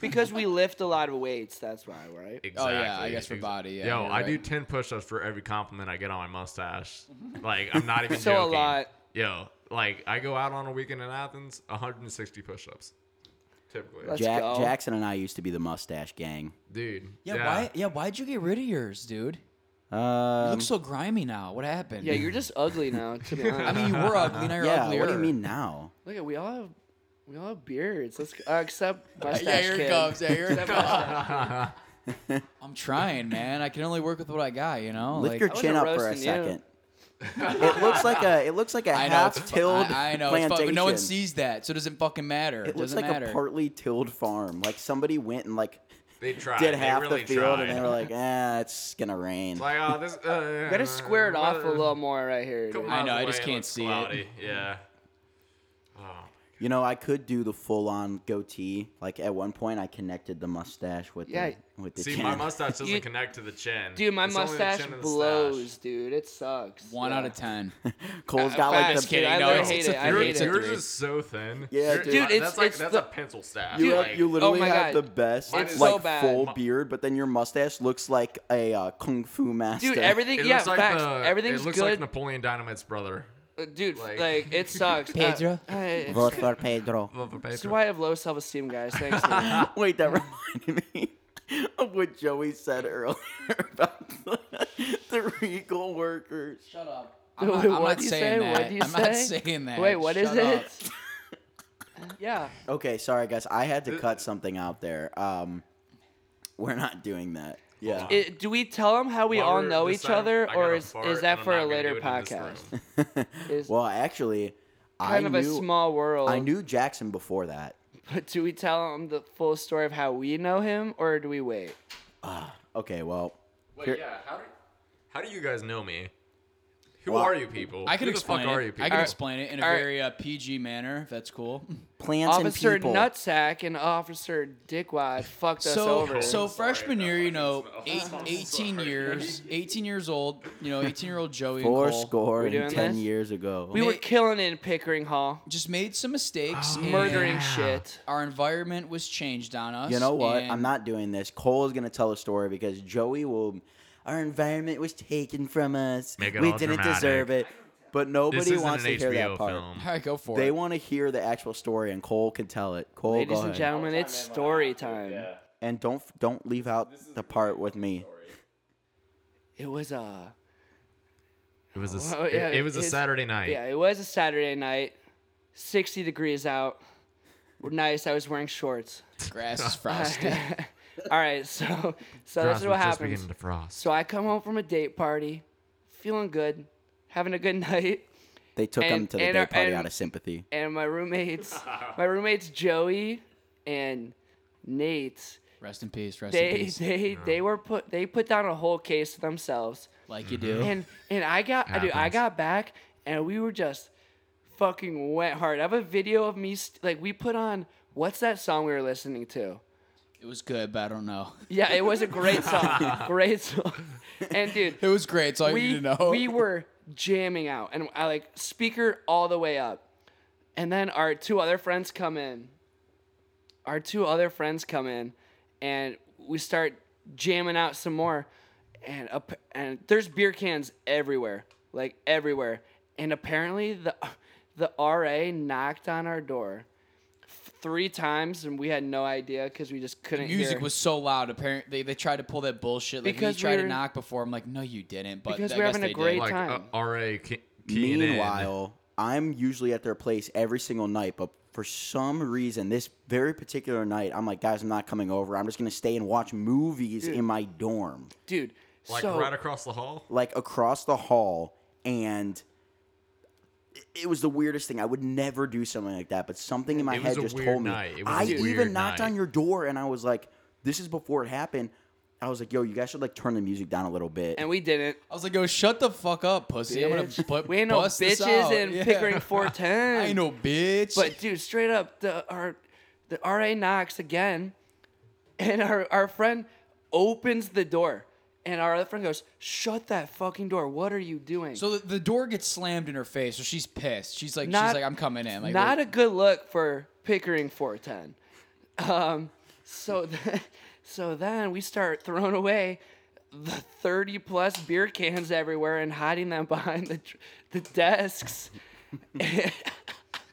because we lift a lot of weights. That's why, right? Exactly. guess for Ex- body, yeah, Yo, you're I do right. ten push-ups for every compliment I get on my mustache. Like I'm not even So a joking. lot. Yo, like I go out on a weekend in Athens, 160 push-ups, typically. Let's Jack go. Jackson and I used to be the mustache gang. Dude. Yeah, Why? Yeah. Why'd you get rid of yours, dude? You Um, look so grimy now. What happened? Yeah, you're just ugly now. To be honest, I mean, you were ugly. Now you're yeah. uglier. What do you mean now? look at we all have, we all have beards. Let's uh, except mustache Yeah, here kid. it comes. Yeah, here it comes. I'm trying, man. I can only work with what I got, you know. Lift like, your wasn't chin up for a roasting you. second. it looks like a it looks like a I know it's half fu- tilled I, I know, it's fu- plantation. but no one sees that, so it doesn't fucking matter. it looks doesn't like matter. a partly tilled farm. Like somebody went and like They tried. did They half really the field tried. and they were like, ah, it's gonna rain. Like, oh, this. Uh, Gotta square it off a little more right here. Come dude. on, I know, I the just way can't looks see it. cloudy. Yeah. Oh, you know, I could do the full on goatee. Like at one point, I connected the mustache with Yeah. the, with the See, chin. my mustache doesn't You- connect to the chin. Dude, my It's only the mustache chin and the blows, stash. dude. It sucks. One Yeah. out of ten. Cole's Uh, got like facts, the kid. big. I no, literally it's- hate it's a it. I Yours- three, hate it's a it. Yours three. is so thin. Yeah, Your- dude. Dude, it's- that's like it's that's the- a pencil stash. You, Dude, like, you literally Oh my have God. the best Mine is like so bad. full My- beard, but then your mustache looks like a uh, kung fu master. Dude, everything. it yeah, looks like facts. the, Everything's It looks good. like Napoleon Dynamite's brother. Uh, dude, like- like, it sucks. Uh, Pedro? uh, it's- Vote for Pedro. This is why I have low self esteem, guys. Thanks. dude. Wait, that reminded me of what Joey said earlier about the, the Regal workers. Shut up. I'm Wait, not, I'm what'd not you saying say? that. What'd you I'm not say? saying that. Wait, what is Shut up. it? yeah. Okay, sorry guys, I had to cut something out there. Um, we're not doing that. Yeah. Hold It, do we tell them how we While all we're know each deciding- other, I or gotta is fart is and that I'm for not a gonna later do it in this podcast? room. Is well, actually, kind I of knew a small world. I knew Jackson before that. But do we tell them the full story of how we know him, or do we wait? Okay, well, Wait, yeah. How do, how do you guys know me? Who Well, are you people? I can Who the explain. fuck are it. you people? I can Alright. explain it in a Alright. very uh, PG manner. If that's cool. plants Officer and people. Nutsack and Officer Dickwad fucked us so over. so sorry, freshman that year, you fucking know, smells. eight, I'm 18 sorry. years, 18 years old, you know, 18 year old Joey and Four Cole score We and doing ten this? years ago. we were Ma- killing it in Pickering Hall, just made some mistakes. and murdering Yeah. shit. Our environment was changed on us. You know what? I'm and- not doing this. Cole is gonna tell a story because Joey will. Our environment was taken from us. Make it we all didn't dramatic. deserve it. But This nobody isn't wants to an hear HBO that part. film. All right, go for They it. want to hear the actual story, and Cole can tell it. Cole, Ladies go and ahead. gentlemen, it's story time. And don't don't leave out the part with me. It was uh, a It was a, Well, yeah, it, it was a it's- Saturday night. yeah, it was a Saturday night, 60 degrees out. Nice, I was wearing shorts. Grass is frosty. All right, so so Frost this is was what just happens. beginning to frost. So I come home from a date party, feeling good, having a good night, They took And- him to the and day our- party and- out of sympathy. and my roommates, my roommates Joey and Nate, Rest in peace. Rest in they peace. they they were put they put down a whole case to themselves, Like you do. Mm-hmm. and and I got dude, I Happens. got back and we were just fucking went hard. I have a video of me st- like we put on what's that song we were listening to. it was good, but I don't know. Yeah, it was a great song, great song, and dude, It was great. It's all Oh, you we, need to know. we were jamming out and I like speaker all the way up. And then our two other friends come in. Our two other friends come in and we start jamming out some more and up and there's beer cans everywhere, like everywhere. And apparently the the RA knocked on our door f- three times and we had no idea cuz we just couldn't music hear. was so loud. Apparently, they, they tried to pull that bullshit. Like Because you tried we're- to knock before. I'm like, no, you didn't. But Because I we're guess having a they great did. like uh, time. R.A. Ke- Keenan. Meanwhile, I'm usually at their place every single night, but for some reason, this very particular night, I'm like, guys, I'm not coming over. I'm just gonna stay and watch movies in my dorm, Dude, like so right across the hall. like across the hall, and it- it was the weirdest thing. I would never do something like that, but something in my It was head a just weird told me. night. It was I a weird even knocked night. on your door, and I was like, this is before it happened. I was like, yo, you guys should like turn the music down a little bit. and we didn't I was like, yo, shut the fuck up, pussy. I'm gonna Bitch. bu- we ain't no bust this out. bitches in Yeah. Pickering 410. I ain't no bitch. But dude, straight up, the our the RA knocks again, and our our friend opens the door, and our other friend goes, "Shut that fucking door! What are you doing?" so the, the door gets slammed in her face, so she's pissed. She's like, she's Not- like, I'm coming in. Like, not a good look for Pickering 410. Um, so then, so then we start throwing away the 30 plus beer cans everywhere and hiding them behind the tr- the desks.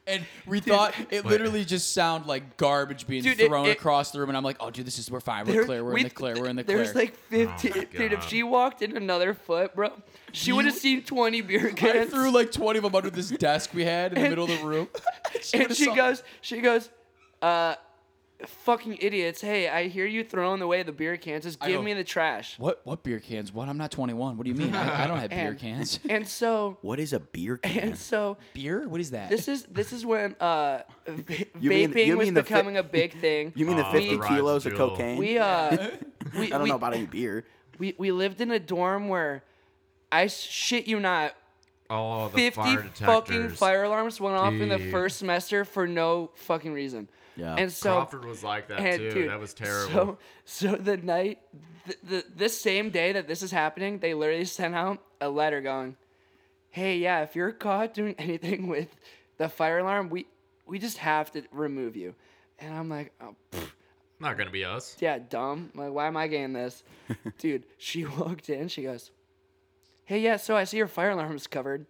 and we thought it literally just sounded like garbage being Dude, it- thrown it- across the room. And I'm like, oh, dude, this is we're fine. We're There- clear. We're we- in the clear. We're in the clear. There's like 15. Oh my dude, if God. she walked in another foot, bro, she would have seen 20 beer I cans. threw like 20 of them under this desk we had in the middle of the room. and would've she saw- goes, she goes, uh, fucking idiots. Hey, I hear you throwing away the beer cans. Just I give know. me the trash. What what beer cans? What? I'm not 21. What do you mean? I, I don't have beer And- cans. And so, What is a beer can? and so, beer? What is that? this is this is when uh, v- You mean- vaping you was mean the fi- becoming a big thing. You mean the Oh, 50 Rise kilos of Jewel. cocaine? we uh, we, I don't we, know about any beer. we we lived in a dorm where, I s- shit you not, Oh, the fifty fire fucking detectors. fire alarms went off in the Dude. first semester for no fucking reason. Yeah. and so Crawford was like that and too. dude, that was terrible. So, so the night, th- the, this same day that this is happening, they literally sent out a letter going, "Hey, yeah, if you're caught doing anything with the fire alarm, we we just have to remove you." And I'm like, oh, pff, Not gonna be us. "Yeah, dumb. Like, why am I getting this?" Dude, she walked in. She goes, "Hey, yeah, so I see your fire alarm is covered,"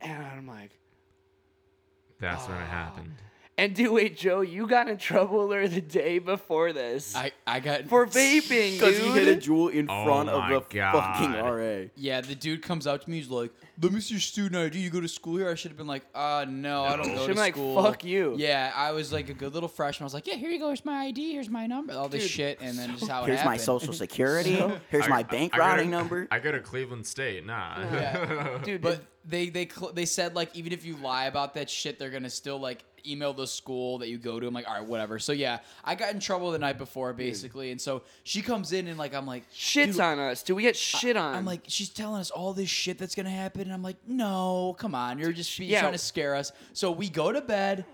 and I'm like. That's when it happened. And do wait, Joe, you got in trouble or the day before this I I got for vaping, Because he hit a dude. jewel in Oh front of my the fucking God. RA. Yeah, the dude comes up to me. He's like, "Let me see your student ID. You go to school here." I should have been like, "Uh, no, I don't go Should've to been like, school." "Fuck you." Yeah, I was like a good little freshman. I was like, "Yeah, here you go. Here's my ID. Here's my number. All this shit." And then just how it Here's my happened. social security. Here's I- my I- bank I go to- routing number. I go to Cleveland State. Nah. Yeah. dude. But they they cl- they said like even if you lie about that shit, they're gonna still like email the school that you go to. I'm like, all right, whatever. So yeah, I got in trouble the night before basically, and so she comes in and like I'm like, shits "Dude, on us. Do we get shit on? I'm like, she's telling us all this shit that's gonna happen, and I'm like, no, come on, you're just you're Yeah. trying to scare us. So we go to bed,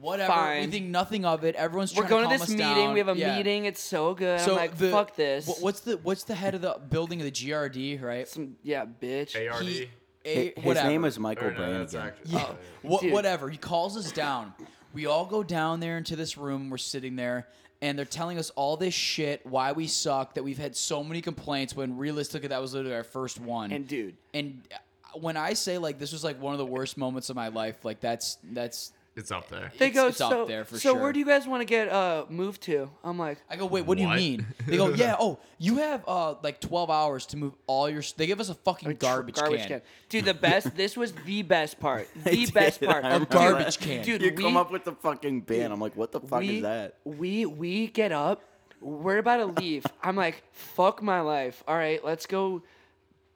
whatever. We Fine. think nothing of it. Everyone's we're trying going to calm this us meeting. down. We have a Yeah. meeting. It's so good. I'm like, the- fuck this. wh- What's the what's the head of the building of the GRD, right? Some yeah, bitch. ARD. He- Hi- a, His whatever. name is Michael Or no, Brand. that's again. actu- Yeah. oh, Wha- Dude. whatever. He calls us down. We all go down there into this room. We're sitting there, and they're telling us all this shit, why we suck, that we've had so many complaints when realistically that was literally our first one. And dude, and uh, when I say like this was like one of the worst moments of my life, like that's that's It's up there. they it's- go it's so. up there for so sure." where do you guys want to get uh moved to? I'm like, I go, wait, what, do you What? mean? They go, yeah, oh, you have uh like twelve hours to move all your. s-" They give us a fucking a tr- garbage, can. Dude, the best. this was the best part. The did, best I part. remember A garbage can. Dude, You we, come up with the fucking bin. I'm like, what the fuck we, is that? We we get up. We're about to leave. I'm like, fuck my life. All right, let's go.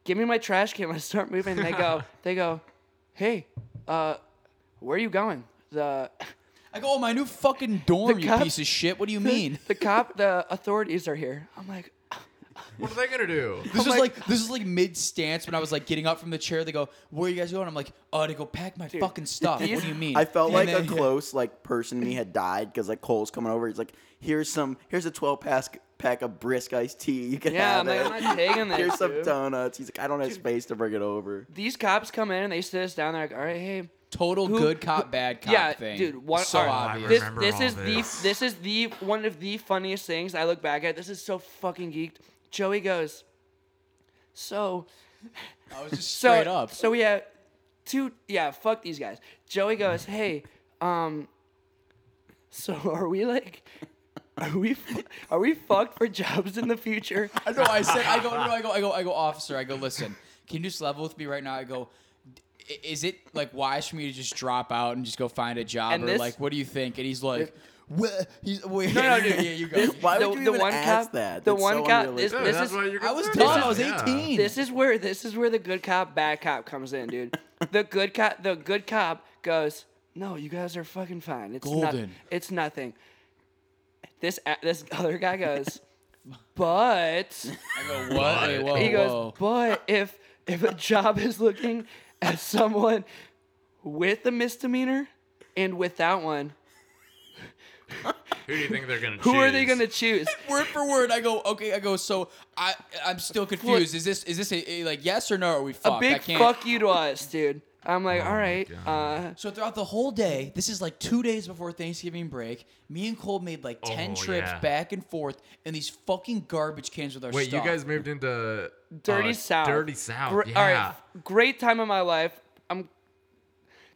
Give me my trash can. Let's start moving. They go. They go. Hey, uh, where are you going? The I go, oh, my new fucking dorm, The you cop- piece of shit. What do you mean? the cop. The authorities are here. I'm like, What are they gonna do? This I'm was like- like, this is like mid stance when I was like getting up from the chair. They go, "Where are you guys going?" I'm like, "Uh, to go pack my fucking stuff." What do you mean? I felt And like then- a close like person to me had died because like Cole's coming over. He's like, here's some, here's a 12 pack pack of brisk iced tea. You can yeah. have I'm like, it. I'm not taking this. here's some dude." donuts. He's like, I don't have space to bring it over. These cops come in and they sit us down. They're like, all right, hey. total Who- good cop, bad cop yeah, thing. dude. One, so all right, obvious. This, remember this all is this. the this is the one of the funniest things I look back at. This is so fucking geeked. Joey goes, so I was just so straight up. So we have two. Yeah, fuck these guys. Joey goes, hey, um, so are we like, are we fu- are we fucked for jobs in the future? I know. I said, I go, no, I go, I go, I go, officer. I go, listen, can you just level with me right now? I go, "I- is it like wise for me to just drop out and just go find a job, And or this- like, what do you think? And he's like, well, he's, wait, no, dude. yeah, you go. This- why The- would you the even one ask cop- that? the That's one so cop- unrealistic. Dude, this that's is- why you're I was concerned. dumb. I was Yeah. 18. This is where this is where the good cop bad cop comes in, dude. The good cop the good cop goes, "No, you guys are fucking fine. It's not- Golden. it's nothing." This a- this other guy goes, "But I go, what? Wait, whoa, he goes, Oh, whoa. but if if a job is looking at someone with a misdemeanor and without one, Who do you think they're gonna? who are they choose? gonna choose?" word for word, I go, okay, I go. So I, I'm still confused. Is this, is this a, a, like yes or no? Are we fucked? A I big can't. Oh fuck you to us, dude. I'm like, all right, uh, So throughout the whole day, this is like two days before Thanksgiving break. Me and Cole made like ten Oh, trips yeah. back and forth in these fucking garbage cans with our Wait, stuff. you guys moved into Dirty Oh, uh, South. Dirty South. Gr- yeah. great time of my life. I'm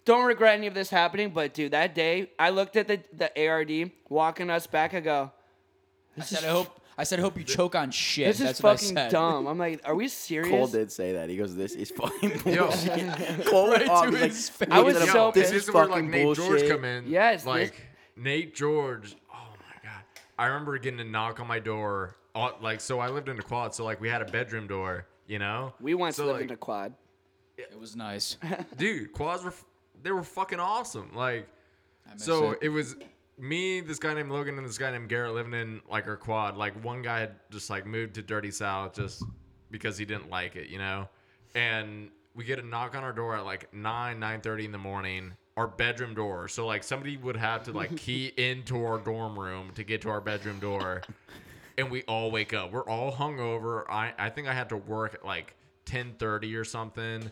don't regret any of this happening, but dude, that day I looked at the the ARD walking us back. I go, I said, I hope. I said, I hope you choke on shit. this That's is what I fucking said. dumb. I'm like, are we serious? Cole did say that. He goes, "This is fucking Yo. bullshit." Cole went Right off. to He's like, his face. "Look I was at him, so this pissed. is where like fucking Nate George bullshit." come in. Yes, this- like Nate George. Oh my god. I remember getting a knock on my door. uh, Like, so I lived in a quad, so like we had a bedroom door, you know. We once so, lived like, in a quad. It was nice. dude, quads were f- they were fucking awesome. Like, so it. was me, this guy named Logan, and this guy named Garrett living in like our quad. Like one guy had just like moved to Dirty South just because he didn't like it, you know. And we get a knock on our door at like nine nine thirty in the morning. Our bedroom door. So like somebody would have to like key into our dorm room to get to our bedroom door. and we all wake up. We're all hungover. I I think I had to work at like 10:30 or something.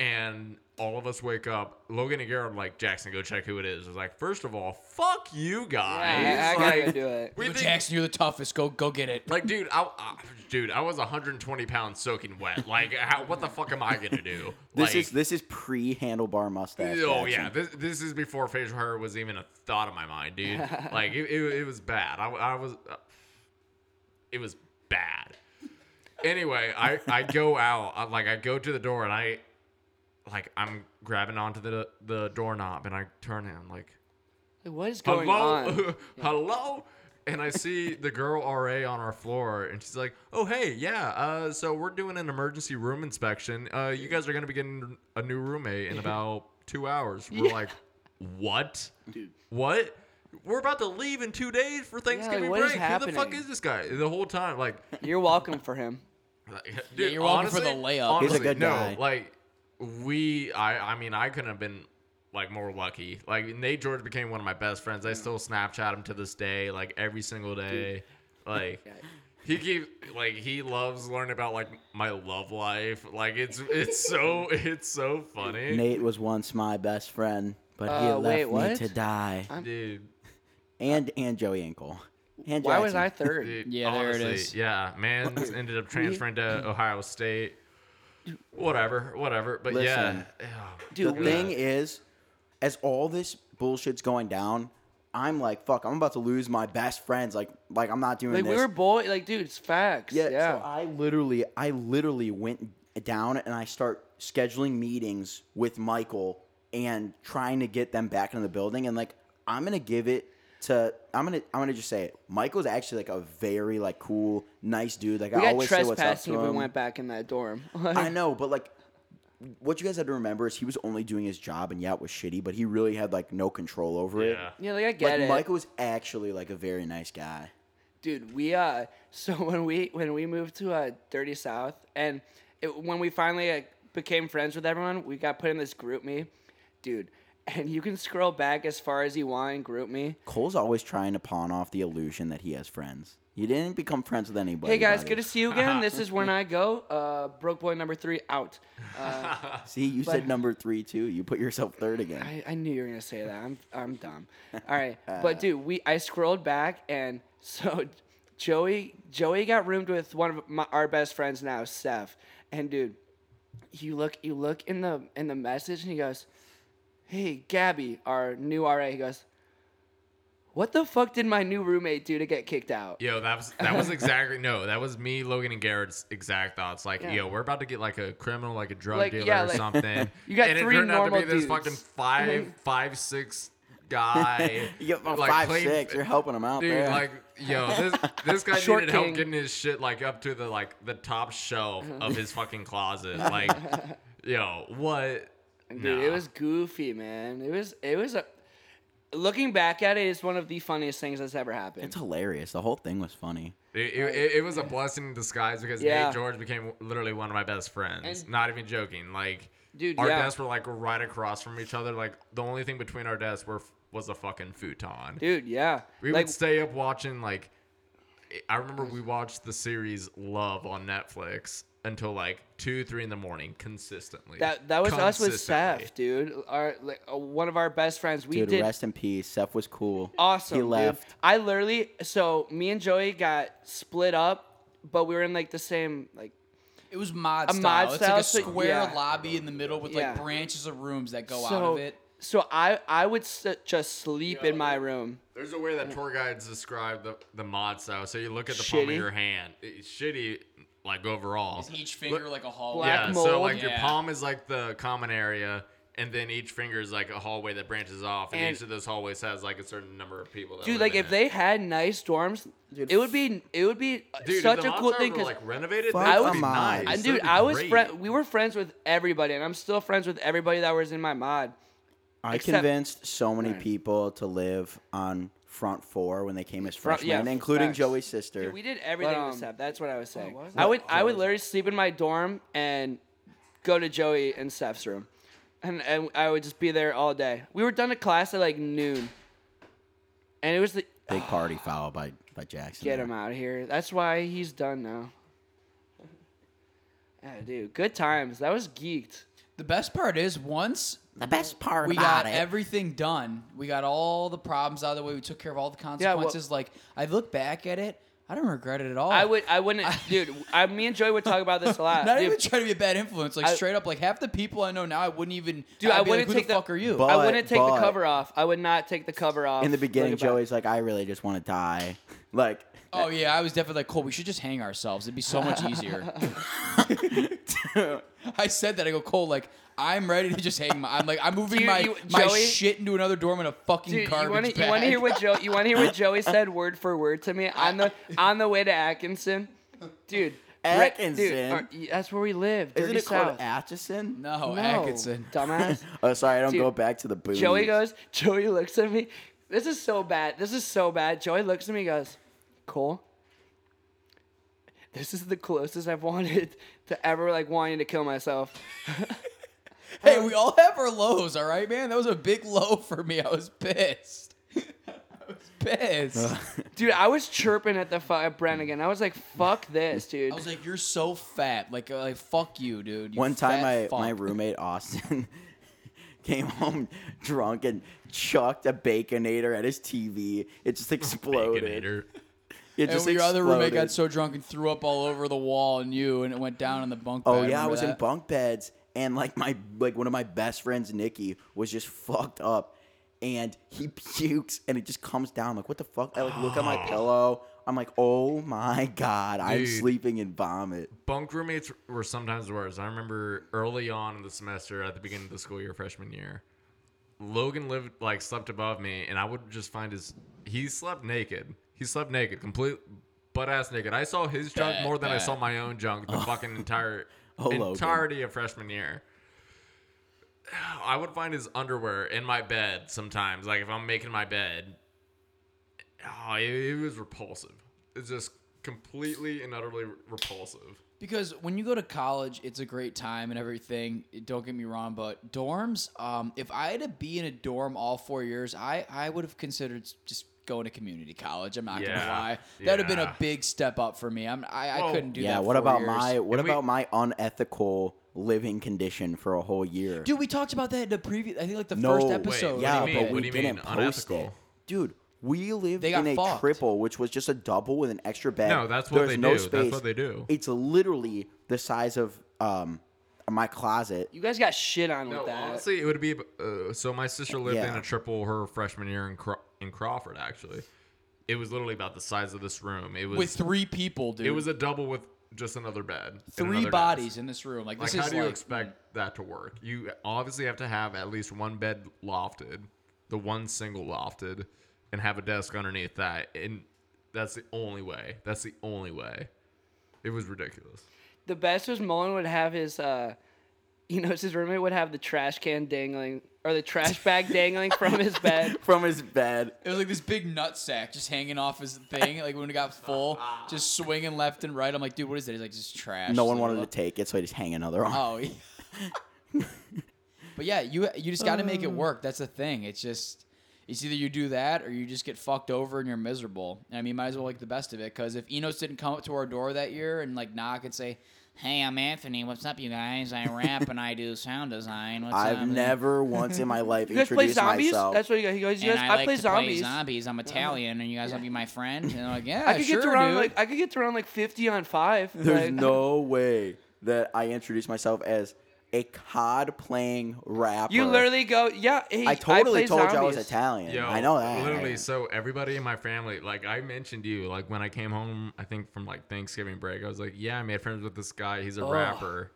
And all of us wake up. Logan and Garrett are like Jackson, go check who it is. It's like first of all, fuck you guys. Yeah, I, I gotta go Like, do it. we Yo, think- Jackson, you're the toughest. Go, go get it. Like dude, I, I dude, I was 120 pounds soaking wet. Like how, what the fuck am I gonna do? This like, is this is pre handlebar mustache. Oh Jackson. yeah, this, this is before facial hair was even a thought in my mind, dude. like it, it, it was bad. I, I was, uh, it was bad. Anyway, I I go out, I, like I go to the door and I, like I'm grabbing onto the the doorknob and I turn and I'm like, Like, what is going on? hello, hello. And I see the girl RA on our floor, and she's like, "Oh hey, yeah. Uh, so we're doing an emergency room inspection. Uh, you guys are gonna be getting a new roommate in about two hours." We're like, "What? What? We're about to leave in two days for Thanksgiving what is break. Who the fuck happening? is this guy?" The whole time, like, You're welcome for him. like, dude, you're welcome for the honestly- layup. He's a Honestly, good no, guy. like we, I, I mean, I couldn't have been like more lucky. Like Nate George became one of my best friends. I still Snapchat him to this day, like every single day. Like he keep like he loves learning about like my love life. Like it's it's so it's so funny, Nate was once my best friend, but he Uh, left wait, me what? to die. dude. And and Joey Ankle. And Why was I Jackson. third? dude Yeah, there it honestly, is. Yeah, man ended up transferring to Ohio State. Whatever, whatever. But yeah, Listen. yeah, The Dude, we, thing is, as all this bullshit's going down, I'm like, fuck, I'm about to lose my best friends. Like, like I'm not doing like this. we were boy, like dude, it's facts. yeah, Yeah, So I literally, I literally went down and I start scheduling meetings with Michael and trying to get them back into the building. And like, I'm gonna give it to. I'm gonna. I'm gonna just say it. Michael's actually like a very like cool, nice dude. Like we I got always say what's up trespassing to if we him. went back in that dorm. I know, but like, what you guys have to remember is he was only doing his job, and yeah, it was shitty, but he really had like no control over it. yeah. yeah, like I get Like it. Michael was actually like a very nice guy. dude we uh so when we when we moved to uh dirty south and it, when we finally uh, became friends with everyone we got put in this group me dude and you can scroll back as far as you want in group me Cole's always trying to pawn off the illusion that he has friends. You didn't become friends with anybody. hey guys buddy. good to see you again this is when i go uh broke boy number three out see you said number three too. You put yourself third again. I, I knew you were gonna say that. I'm I'm dumb. All right, but dude, we I scrolled back and so Joey Joey got roomed with one of my, our best friends now, Steph. And dude, you look you look in the in the message and he goes, "Hey, Gabby, our new RA." He goes, "What the fuck did my new roommate do to get kicked out?" Yo, that was that was exactly no, that was me, Logan, and Garrett's exact thoughts. Like, Yeah. yo, we're about to get like a criminal, like a drug Like, dealer yeah, or like- something. You got and three it turned out to be normal this dudes. fucking five, five, six guy. You get about like, five playing- six. You're helping him out Dude, there. like, yo, this this guy Short needed king. help getting his shit like up to the like the top shelf of his fucking closet. Like, yo, what? Dude, it Nah. was goofy, man. It was it was a. Looking back at it, it's one of the funniest things that's ever happened. it's hilarious. The whole thing was funny. It, it, it- it was a blessing in disguise because Yeah. Nate George became literally one of my best friends. And- Not even joking. Like, Dude, our yeah. desks were like right across from each other. Like, the only thing between our desks were was a fucking futon. Dude, yeah. we like, would stay up watching like. I remember we watched the series Love on Netflix until like two, three in the morning consistently. That that was us with Consistently. Seth, dude. Our like uh, one of our best friends. We Dude, did rest in peace. Seth was cool. awesome. He dude. left. I literally so me and Joey got split up, but we were in like the same like It was mod A style. mod it's style, like a so- square yeah. lobby in the middle with Yeah. like branches of rooms that go so. out of it. So I I would s- just sleep in my room. There's a way that tour guides describe the, the mod style. So you look at the palm of Shitty. your hand. It's shitty, like overall. Each finger like a hallway. Black yeah, so like mold. your Yeah. palm is like the common area, and then each finger is like a hallway that branches off, and, And- each of those hallways has like a certain number of people. That Dude, live like in if it. they had nice dorms, Dude, it would be it would be Dude, if such the a cool Lombard thing were, because like renovated. Fuck that would be my. nice. I- I, That'd dude, be I was great. friend. We were friends with everybody, and I'm still friends with everybody that was in my mod. I Except- convinced so many people to live on front four when they came as Front- freshmen, yeah, and including facts. Joey's sister. Dude, we did everything um, with Seb. That's what I Oh, was saying. I would I would literally sleep in my dorm and go to Joey and Steph's room, and and I would just be there all day. We were done to class at like noon, and it was the Big party foul by by Jackson. get there. him out of here. That's why he's done now. Yeah, dude, good times. That was geeked. The best part is once The best part we about got it. everything done. We got all the problems out of the way. We took care of all the well- consequences. like I look back at it, I don't regret it at all. I would I wouldn't, dude. I, me and Joey would talk about this a lot. not dude, even try to be a bad influence. Like I- straight up, like half the people I know now, I wouldn't even. Dude, I'd I be like, wouldn't Who take the the- fuck are you? But- I wouldn't take but- the cover off. I would not take the cover off. in the beginning, Like, about- Joey's like, "I really just want to die." Like, oh yeah, I was definitely like, Cole, we should just hang ourselves. It'd be so much easier. I said that. I go, Cole, like I'm ready to just hang my. I'm like, I'm moving Dude, my you- my Joey- shit into another dorm in a fucking Dude, you garbage want to bag. you want to hear what Joe you want to hear what Joey said word for word to me on the on the way to Atkinson, dude. Bre- Atkinson? dude, or- that's where we live. isn't Dirty it called South. Atchison? No, No, Atkinson. dumbass. Oh, sorry, I don't Dude, go back to the booze. Joey goes. Joey looks at me. This is so bad. This is so bad. Joey looks at me. and Goes, Cole. This is the closest I've wanted to ever like wanting to kill myself. Hey, we all have our lows, all right, man. That was a big low for me. I was pissed. I was pissed. Dude, I was chirping at the fu- at Brennigan. I was like, "Fuck this, dude." I was like, "You're so fat." Like, uh, like fuck you, dude. You One time, fat my fuck. my roommate Austin came home drunk and chucked a baconator at his TV. It just exploded. Baconator. It And just your other roommate got exploded. so drunk and threw up all over the wall and you, and it went down on the bunk bed. Oh yeah, I Remember was in that? bunk beds, and like my like one of my best friends, Nikki, was just fucked up, and he pukes, and it just comes down. I'm like, what the fuck? I like look at my pillow. I'm like, oh my god, I'm Dude. sleeping in vomit. Bunk roommates were sometimes worse. I remember early on in the semester, at the beginning of the school year, freshman year, Logan lived like slept above me, and I would just find his. He slept naked. He slept naked, complete butt ass naked. I saw his junk Bad, more than I bad. saw my own junk the fucking entire Oh, Logan. entirety of freshman year. I would find his underwear in my bed sometimes, like if I'm making my bed. Oh, it, it was repulsive. It's just completely and utterly repulsive. Because when you go to college, it's a great time and everything. Don't get me wrong, but dorms. Um, if I had to be in a dorm all four years, I I would have considered just going to community college. I'm not gonna Yeah. lie, that'd have been Yeah. a big step up for me. I'm I, I Well, couldn't do that. Yeah, what four about years. my what And we- about my unethical living condition for a whole year? Dude, we talked about that in the previous. I think like the no, first episode. what do yeah, but you mean? we What do you mean, didn't post unethical? it, dude. We lived They got in a fucked. triple, which was just a double with an extra bed. No, that's what There's they no do. That's Space. what they do. It's literally the size of um my closet. You guys got shit on with No, that. honestly, it would be. Uh, so my sister lived in Yeah. a triple her freshman year in, Cro- in Crawford. Actually, it was literally about the size of this room. It was. with three people, dude. it was a double with just another bed. and three another bodies desk. in this room. Like Like, this how is do you like expect that to work? You obviously have to have at least one bed lofted, the one single lofted, and have a desk underneath that. And that's the only way. That's the only way. It was ridiculous. The best was Mullen would have his, uh, you know, his roommate would have the trash can dangling or the trash bag dangling from his bed. from his bed. It was like this big nut sack just hanging off his thing. Like when it got full, just swinging left and right. I'm like, dude, what is that? He's like, just trash. No Just one like, wanted to look- take it, so I just hang another on. Oh. yeah. but yeah, you you just got to Uh. make it work. That's the thing. It's just it's either you do that or you just get fucked over and you're miserable. And I mean, might as well make the best of it because if Enos didn't come up to our door that year and like knock and say, "Hey, I'm Anthony. What's up, you guys? I rap and I do sound design. What's up?" I've And- never once in my life You guys play introduced zombies? myself. That's what he goes. He goes. You guys, I, play zombies. Uh-huh. I'm Italian, and you guys want to be my friend? And I'm like, yeah, I could sure, get to around dude. like I could get to around like fifty on five. There's like, no way that I introduced myself as a cod playing rapper. You literally go. Yeah. Hey, I totally play told you I was zombies." Italian. Yo, I know that. Literally, so everybody in my family, like I mentioned you, like when I came home, I think from like Thanksgiving break, I was like, yeah, I made friends with this guy. He's a rapper.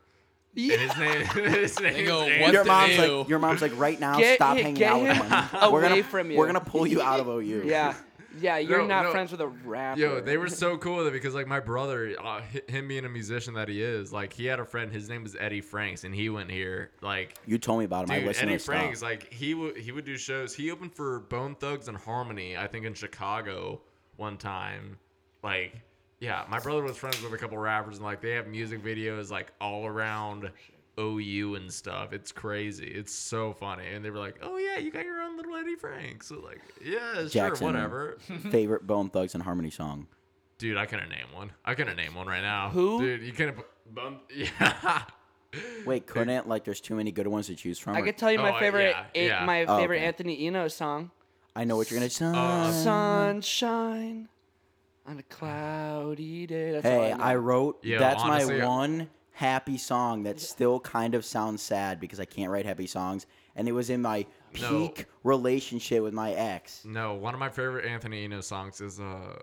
And his name, his name They go, is "What Andrew." Your the mom's hell? like, your mom's like, right now, Get stop hi- hanging get out with him him. We're away gonna, from you." We're gonna pull you out of OU. Yeah, yeah. You're No, not no. friends with a rapper. Yo, they were so cool with it because like my brother, uh, hi- him being a musician that he is, like he had a friend. His name was Eddie Franks, and he went here. Like, You told me about him. I dude, listened Eddie to his Franks, stuff. like he would he would do shows. He opened for Bone Thugs and Harmony, I think, in Chicago one time. Like, yeah, my brother was friends with a couple rappers, and like they have music videos like all around OU and stuff. It's crazy. It's so funny. And they were like, "Oh yeah, you got your own little Eddie Franks." So like, yeah, Jackson. sure, whatever. Favorite Bone Thugs and Harmony song. Dude, I couldn't name one. I couldn't name one right now. Who? Dude, you couldn't. Bum, yeah. Wait, couldn't like there's too many good ones to choose from. I or- could tell you Oh, my I- favorite, yeah, a- yeah. my Oh, favorite okay. Uh-huh. Anthony Eno song, I know what you're gonna say. Uh, "Sunshine on a Cloudy Day." That's all hey, know. I wrote. Yo, that's honestly, my I- one happy song that still kind of sounds sad because I can't write happy songs, and it was in my No. peak relationship with my ex. No, one of my favorite Anthony Eno songs is uh,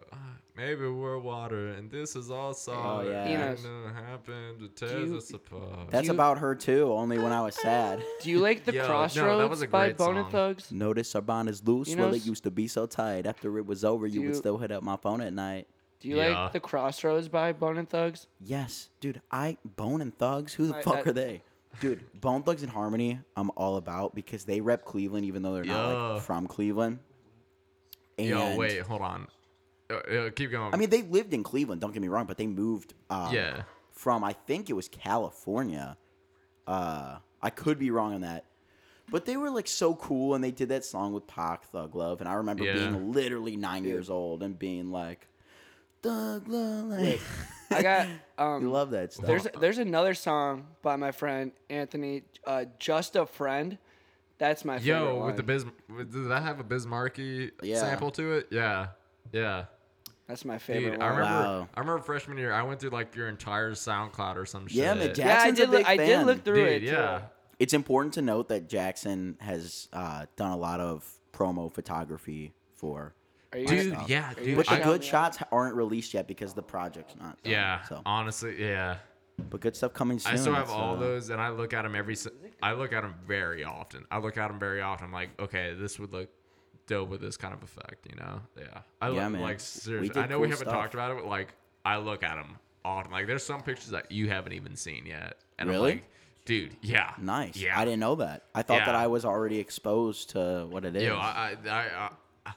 maybe we're water and this is all solid. Oh, yeah. And Enos. it happened to tear you- us apart. That's you- about her too. Only when I was sad. Do you like the Yo, no, that was Crossroads a by great Bone and song. Thugs? Notice our bond is loose. You well, know it s- used to be so tight. After it was over, you would You- still hit up my phone at night. Do you Yeah. like the Crossroads by Bone and Thugs? Yes, dude. I Bone and Thugs. Who the I- fuck I- are they? Dude, Bone Thugs and Harmony. I'm all about because they rep Cleveland, even though they're not Yeah. like from Cleveland. And Yo, wait, hold on. Uh, uh, keep going. I mean, they lived in Cleveland. Don't get me wrong, but they moved. Um, yeah. From I think it was California. Uh, I could be wrong on that, but they were like so cool, and they did that song with Pac, Thug Love, and I remember Yeah. being literally nine years old and being like, Thug Love. Like, I got um. you love that stuff. There's there's another song by my friend Anthony, uh, "Just a Friend." That's my favorite Yo, one. with the biz, with- does that have a Bismarcky Yeah. sample to it? Yeah. Yeah. That's my favorite. Dude, I one. remember. Wow. I remember freshman year, I went through like your entire SoundCloud or some Yeah, shit. man, Jack- yeah, I Jackson's a did. Look, big I did fan. look through it. Dude, too. yeah. it's important to note that Jackson has uh, done a lot of promo photography for. Are you Dude, gonna- yeah, you dude. But the I- good shots aren't released yet because the project's not. Done, yeah. So, Honestly, yeah. but good stuff coming soon. I still have so- all those, and I look at them every. s- I look at them very often. I look at them very often. I'm like, okay, this would look dope with this kind of effect, you know? Yeah. I Yeah, look, man. like seriously. did I know we cool haven't stuff. talked about it, but like, I look at them often. Like, there's some pictures that you haven't even seen yet, and Really? I'm like, dude, yeah, Nice. Yeah, I didn't know that. I thought that Yeah. I was already exposed to what it is. Yo, I, I, I, I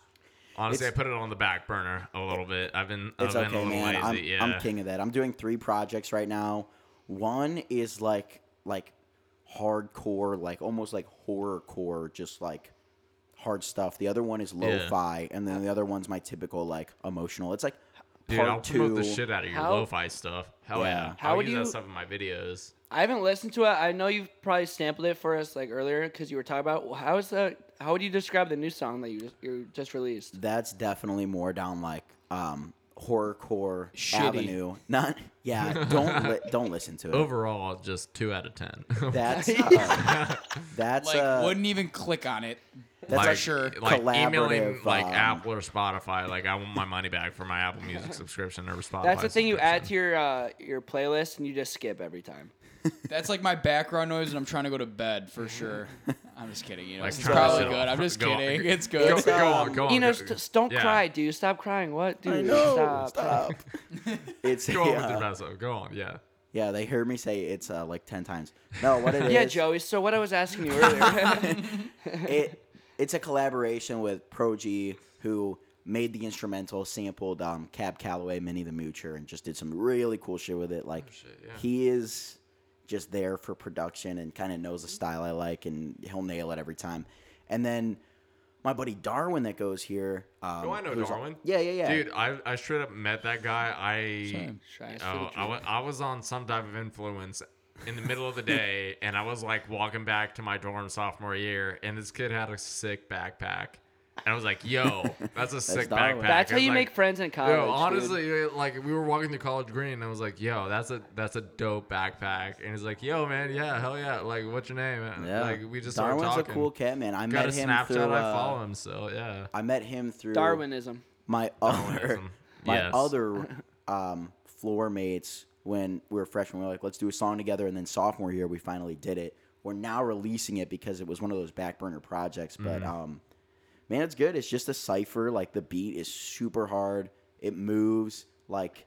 honestly, It's- I put it on the back burner a little bit. I've been, it's I've been okay, a little man. lazy. I'm, yeah. I'm king of that. I'm doing three projects right now. One is like like hardcore, like almost like horror core, just like hard stuff. The other one is lo-fi, and then the other one's my typical like emotional. It's like Dude, part I'll two. promote the shit out of your How- lo-fi stuff. Hell Yeah. yeah. How I'll would use you- that stuff in my videos. I haven't listened to it. I know you've probably sampled it for us like earlier because you were talking about well, how is that. How would you describe the new song that you just, you just Oh, released? That's definitely more down like um horrorcore Shitty. avenue. Not yeah. Don't li- don't listen to it. overall just two out of ten. That's uh, that's Like, uh, wouldn't even click on it. that's for like- sure. Like emailing Collaborative, like um, Apple or Spotify, like I want my money back for my Apple Music subscription or Spotify. That's the thing you add to subscription. your uh, your playlist and you just skip every time. That's like my background noise, and I'm trying to go to bed for sure. I'm just kidding. You know, Mm-hmm. Like, it's trying to probably sit good. off. I'm just Go on. kidding. It's Go, good. go on, go on. You know, go- st- st- don't yeah. cry, dude. Stop crying. What, dude? no, stop. stop. it's Go on with the yeah. Um, rest of it, Go on, yeah. Yeah, they heard me say it's uh, like ten times. No, what it is? Yeah, Joey. So what I was asking you earlier. It it's a collaboration with Progy, who made the instrumental, sampled um, Cab Calloway, Minnie the Moocher, and just did some really cool shit with it. Oh, Like he is just there for production and kind of knows the style I like, and he'll nail it every time. And then my buddy Darwin that goes here. Um, Oh, I know who's- Darwin. Yeah, yeah, yeah. Dude, I, I straight up met that guy. I Same. Try to oh, I, wa- I was on some type of influence in the middle of the day, and I was like walking back to my dorm sophomore year, and this kid had a sick backpack, and I was like, "Yo, that's a sick Darwin. backpack." That's I how was you like, make friends in college. Yo, dude. honestly, uh, like we were walking through College Green, and I was like, "Yo, that's a that's a dope backpack." And he's like, "Yo, man, yeah, hell yeah, like what's your name?" And, yeah. Like we just started Darwin's a talking. cool cat, man. I Got a met him Snapchat, through. I uh, follow him, so yeah. I met him through Darwinism. my other Darwinism. my Yes. other um, floor mates when we were freshmen. We were like, let's do a song together. And then sophomore year, we finally did it. We're now releasing it because it was one of those back burner projects. Mm. But um, man, it's good. It's just a cipher. Like the beat is super hard. It moves. Like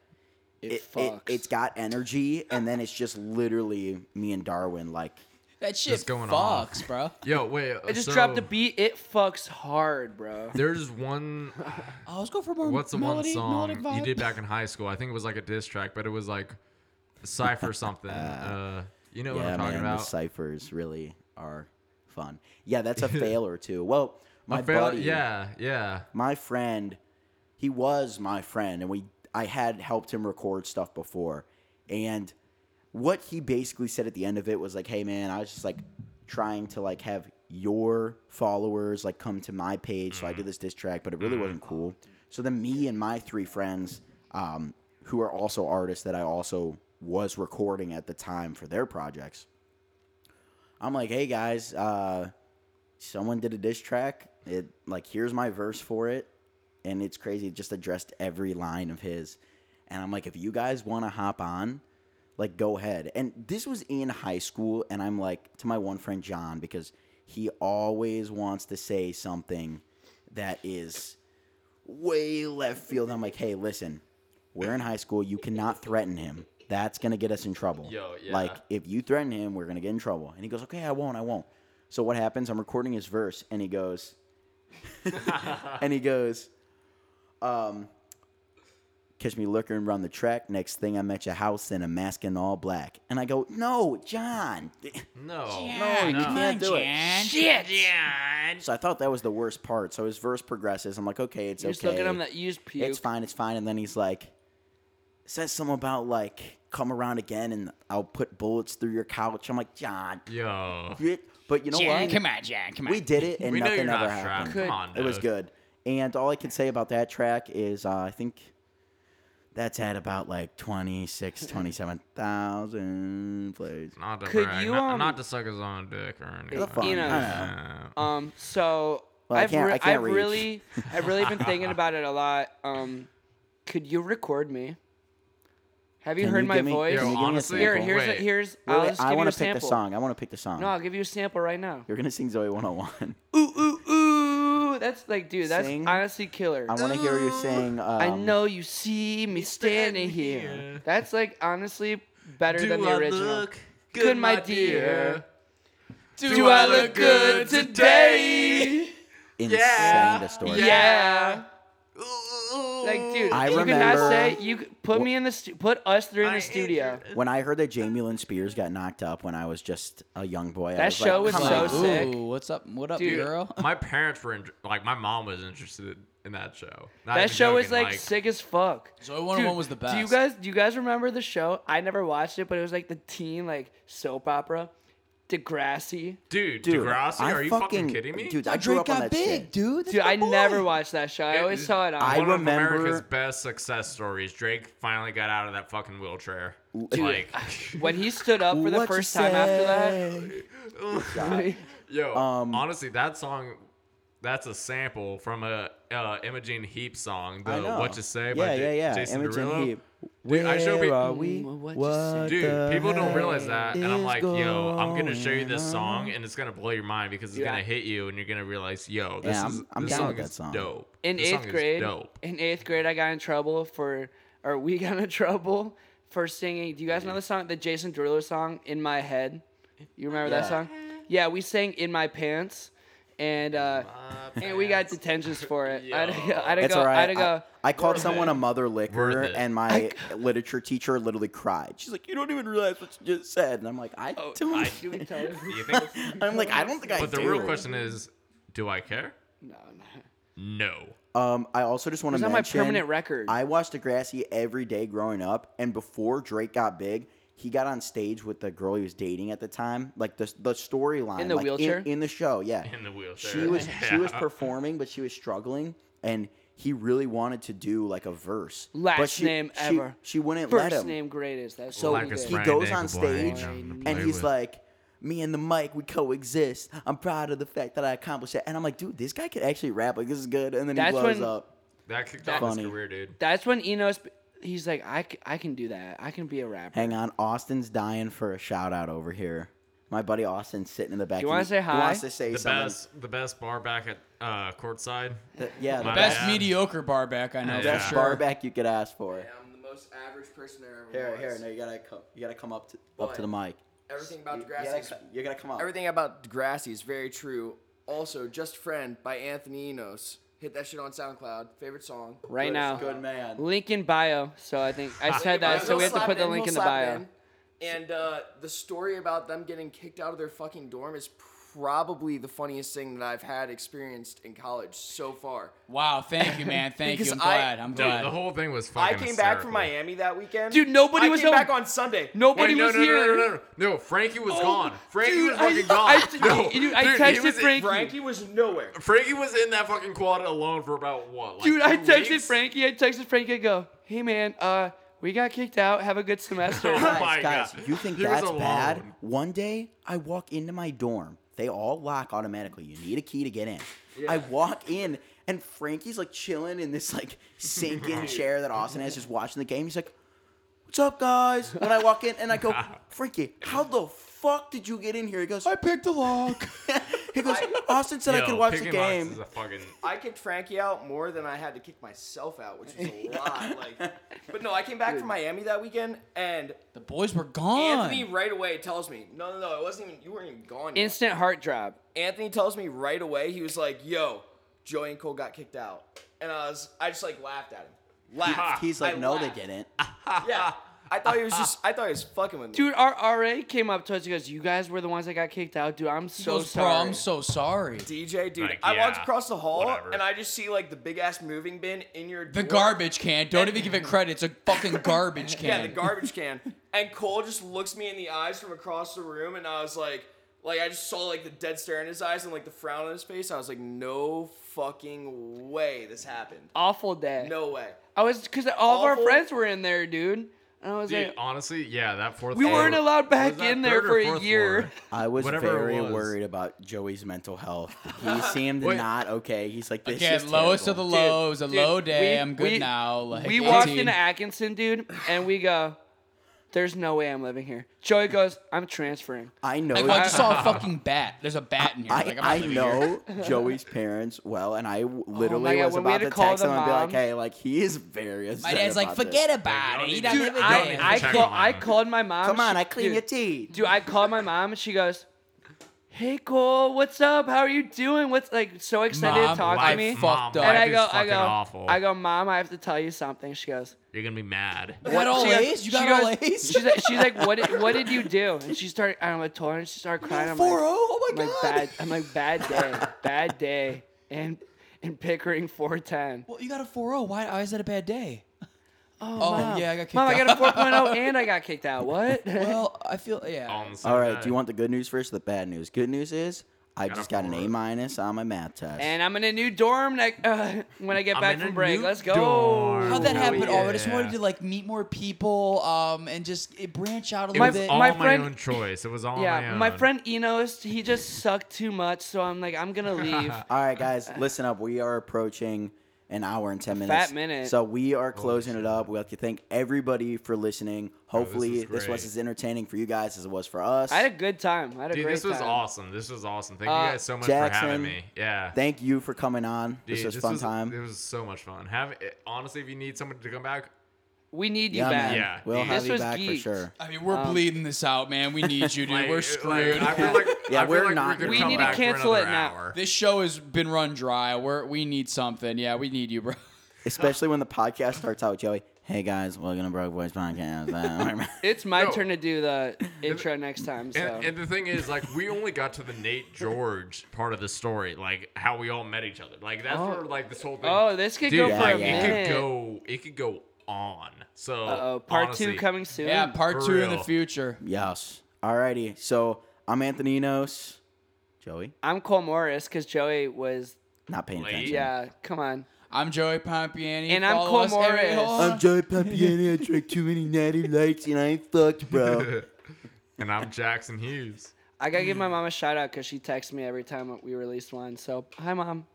It, it, it, fucks. it's got energy. And then it's just literally me and Darwin. Like That Just shit going fucks, off. bro. Yo, wait. I just dropped a beat. It fucks hard, bro. There's one. Oh, let's go for more. What's the melody, one melodic song you vibe. did back in high school? I think it was like a diss track, but it was like cipher something. uh, you know what yeah, I'm talking man, the about? ciphers really are fun. Yeah, that's a failure too. Well, my A fail- buddy, yeah, yeah. my friend, he was my friend, and we I had helped him record stuff before, and what he basically said at the end of it was like, "Hey man, I was just like trying to like have your followers like come to my page, so I did this diss track, but it really wasn't cool." So then me and my three friends, um, who are also artists that I also was recording at the time for their projects, I'm like, "Hey guys, uh, someone did a diss track. It like here's my verse for it, and it's crazy. It just addressed every line of his, and I'm like, if you guys want to hop on, like go ahead. And this was in high school, and I'm like to my one friend John because he always wants to say something that is way left field. I'm like, hey, listen, we're in high school. You cannot threaten him. That's gonna get us in trouble. Yo, yeah. Like if you threaten him, we're gonna get in trouble. And he goes, okay, I won't, I won't. So what happens? I'm recording his verse, and he goes, and he goes, um, catch me lurking around the track. Next thing I'm at your house in a mask and all black. And I go, no, John. No. Yeah, you come can't on, do it. Jan. Shit. So I thought that was the worst part. So his verse progresses. I'm like, okay, it's You just okay. look at him that used puke. it's fine, it's fine. And then he's like, says something about like, come around again and I'll put bullets through your couch. I'm like, John. Yo. you- But you know Jan, what? come on, Jan, come on. we did it and We know nothing you're ever not happened. strapped. Come on, It was dude. good. And all I can say about that track is uh, I think that's at about like 26, 27,000 plays. Not to Could brag. you, not, um, not to suck his own dick or anything. It's fun. You know. I don't know. Uh, Um, so Well, I I've, can't- re- I can't I've reach. really, I've really been thinking about it a lot. Um, could you record me? Have you Can heard you my give me- voice? can you give me a honestly, sample? Here, here's a, Wait. here's. Wait, I'll wait, just I give want you a to pick the sample. song. I want to pick the song. No, I'll give you a sample right now. You're gonna sing Zoe 101. Ooh, ooh, ooh. That's like, dude, that's Sing. honestly killer. I want to hear you sing. Um, I know you see me standing standing here. here. That's like honestly better Do than the I original. look good, Good, my my dear? dear? Do, Do I look good today? Insane Yeah. distortion. Yeah. Yeah. Like, dude, I you remember- cannot say you c- put me in the stu- put us three in the I studio. injured- When I heard that Jamie Lynn Spears got knocked up when I was just a young boy, I That was show like, was "Come so on." sick. Ooh, what's up? What up, Dude. girl? my parents were in, like my mom was interested in that show. Not That even show was joking, like, sick as fuck. Zoe 101 Dude, was the Do you best. guys do you guys remember the show? I never watched it, but it was like the teen like soap opera. Degrassi. dude, Dude, Degrassi, I are you fucking, kidding me? Dude, I grew up on that shit. dude. Dude, I never watched that show. I always saw it on. I One of remember- America's best success stories. Drake finally got out of that fucking wheelchair. like, when he stood up for the What you first time after that. say? yo, Um, honestly, that song, that's a sample from a uh, Imogene Heap song. I The know. uh, What You Say by Yeah, J- yeah, yeah. Jason Imogen Derulo. Heap. Dude, I should Where be- are we? Mm, what you say? What the Dude, people don't heck realize that, and I'm is like, yo, I'm gonna show you this going song, and it's gonna blow your mind because it's Yeah. gonna hit you, and you're gonna realize, yo, this Yeah, is I'm- I'm this down song with that is song. dope. in This song eighth is grade dope. in eighth grade i got in trouble for or we got in trouble for singing do you guys know the song the jason derulo song in my head you remember that Yeah. song yeah we sang in my pants and uh and we got detentions for it i had to go i had to It's go, all I had right. to I, go I called Worth someone it. a mother liquor, Worth it. and my literature teacher literally cried. She's like, "You don't even realize what you just said," and I'm like, "I don't." do we tell him? You think? I'm like, "I don't think I." Oh, But the do." real question is, do I care? no no No. Um, I also just want It's to on mention my permanent record. I watched Degrassi every day growing up, and before Drake got big, he got on stage with the girl he was dating at the time, like the the storyline In the like, wheelchair? in, the show. Yeah, In the wheelchair. She was she was Yeah. performing, but she was struggling, and he really wanted to do like a verse. but Last she, name she- ever. She wouldn't let first him. name greatest that's So so Like a he good. spring. Brian goes Dangle on Blanc, stage I'm gonna and play he's with. like, "Me and the mic, we coexist. I'm proud of the fact that I accomplished that." And I'm like, "Dude, this guy could actually rap. Like, this is good." And then That's he blows when- up. That kicked off his Funny. career, dude. that's when enos he's like, I, c- I can do that. I can be a rapper. Hang on, Austin's dying for a shout out over here. My buddy Austin's sitting in the back. You He- wanna say he hi? Wants to say The something. best, the best bar back at uh, courtside. The- yeah, the My best, Best bad. mediocre bar back I know Yeah. best for bar sure. back you could ask for. I'm the most average person there ever Here, was. here, no, you gotta come. You gotta come up to up What? to the mic. Everything about You, you Degrassi gotta, is- co- you gotta come up. Everything about Degrassi is very true. Also, Just Friend by Anthony Enos. Hit that shit on SoundCloud. Favorite song. Right Good- now. good man. Link in bio. So I think I said Yeah, that. So we'll we have to slap put it the in, link we'll in the slap it bio. in. And uh, the story about them getting kicked out of their fucking dorm is probably the funniest thing that I've had experienced in college so far. Wow, thank you, man. Thank you. Because I'm I- glad. I'm Dude, glad. the whole thing was I fucking. came back hysterical. from Miami that weekend. Dude, nobody I was came home. back on Sunday. Nobody Wait, no, was no, here. Oh, no, no, no, no, no, no. Frankie was gone. Frankie dude, was fucking I- gone. I- no, dude, I he texted was in- Frankie. Frankie was nowhere. Frankie was in that fucking quad alone for about what? Like Dude, I two texted weeks? Frankie. I texted Frankie. I go, hey man, uh, we got kicked out. Have a good semester. Oh my guys, guys, God. you think He was that's bad? alone. One day, I walk into my dorm. They all lock automatically. You need a key to get in. I walk in, and Frankie's like chilling in this like sinking chair that Austin has, just watching the game. He's like, "What's up, guys?" When I walk in, and I go, "Frankie, how the fuck did you get in here?" He goes, "I picked the lock." he goes, "Austin said I Yo, could watch the picking locks game." is a fucking- I kicked Frankie out more than I had to kick myself out, which was a lot. Like, but no, I came back from Miami that weekend, and the boys were gone. Anthony right away tells me, "No, no, no, it wasn't even. You weren't even gone." Yet. Instant heart drop. Anthony tells me right away. He was like, "Yo, Joey and Cole got kicked out," and I was, I just like laughed at him. Laughed. He's like, I "No, laughed. they didn't." Yeah, I thought he was just. I thought he was fucking with me. Dude, our RA came up to us. He goes, "You guys were the ones that got kicked out, dude. I'm He so goes, sorry." bro, I'm so sorry. DJ, dude, Like, I walked yeah, across the hall whatever. and I just see like the big ass moving bin in your The door. garbage can. Don't even give it credit. It's a fucking garbage can. Yeah, the garbage can. And Cole just looks me in the eyes from across the room, and I was like, like I just saw like the dead stare in his eyes and like the frown on his face. I was like, no fucking way this happened. awful day. No way. I was because all of our Awful. friends were in there, dude. And I was Dude, like, honestly, yeah, that fourth. We floor- weren't allowed back was that in there third or for a fourth year. floor? I was Whatever it very was. worried about Joey's mental health. He seemed Wait. not okay. He's like, "This Again, is lowest of terrible." the dude, low. It was a dude, low day. we- I'm good we- now. Like, we walked 18. into Atkinson, dude, and we go, "There's no way I'm living here." Joey goes, "I'm transferring." I know. Like, I just saw a fucking bat. There's a bat in here. I, like, I'm not I living here. know Joey's parents well, and I w- literally Oh God, was when we had about to to call text the them and be like, mom- "Hey, like he is very upset." My dad's like, about this." forget Like, about y'all it. need He to- doesn't Dude, live Y'all need I to I, check call, on I him. called my mom. Come on, She- I clean dude, your teeth. Dude, I called my mom and she goes, "Hey Cole, what's up? How are you doing? What's like so excited Mom, to talk why to me?" fuck Mom, fucked up. and life I is go, I fucking go, awful. I go, Mom, I have to tell you something. She goes, You're gonna be mad. You got all she goes- A's? You she got goes- all A's? She's like, she's like, what did, what did you do? And she started, I don't know, I told her, and she started crying. I'm like, 4-0? Oh I'm my like, god. bad, I'm like, bad day, bad day. And, and Pickering 410. Well, you got a 4-0. Why, why is that a bad day? Oh, Mom. yeah, I got kicked Mom, I out. got a 4.0 and I got kicked out. What? Well, I feel, yeah. Oh All in the same All right. day. Do you want the good news first or the bad news? Good news is I Got a just got an four. A minus on my math test. and I'm in a new dorm ne- uh, when I get I'm back in from a break. new Let's go. dorm. How'd that Ooh, happen? Oh, I yeah. just wanted to like meet more people, um, and just it branch out a It little was bit. all my oh my friend- own choice. It was all my Yeah, own. my friend Enos, he just sucked too much, so I'm like, I'm gonna leave. All right, guys, listen up. We are approaching an hour and 10 minutes. fat minute. So we are closing it up. We have to thank everybody for listening. Hopefully, was this, was great. as entertaining for you guys as it was for us. I had a good time. I had a Dude, great this was time. awesome. This was awesome. Thank Uh, you guys so much for Jackson, having me. Yeah. Thank you for coming on. Dude, this was a fun time. It was so much fun. Have it, honestly, if you need someone to come back, We need you yeah, back. man. Yeah, We'll dude. have This you was back for geeked. sure. I mean, Um, we're bleeding this out, man. We need you, dude. like, we're like, screwed. I feel like, Yeah, I feel we're like not We, could We come need to back for cancel it another now. hour. this show has been run dry. We're we need something. Yeah, we need you, bro. Especially when the podcast starts out with Joey. Hey guys, welcome to Broke Boys Podcast. Uh, It's my No. turn to do the intro next time. So And, and the thing is, like, we only got to the Nate George part of the story, like how we all met each other. Like that's Oh. where like this whole thing. oh, this could dude, go for like, a yeah. it minute. could go. It could go on. So, Uh-oh, part honestly, two coming soon. Yeah, part For two in the real. future. yes. Alrighty. So I'm Anthony Enos. Joey, I'm Cole Morris because Joey was. not paying Late. attention. Yeah, come on. I'm Joey Pompiani. And I'm Follow Cole us- hey, wait, Morris. hold I'm on. Joey Papiani. I drank too many natty lights and I ain't fucked, bro. and I'm Jackson Hughes. Hmm. I gotta give my mom a shout out because she texts me every time we release one. So hi, mom.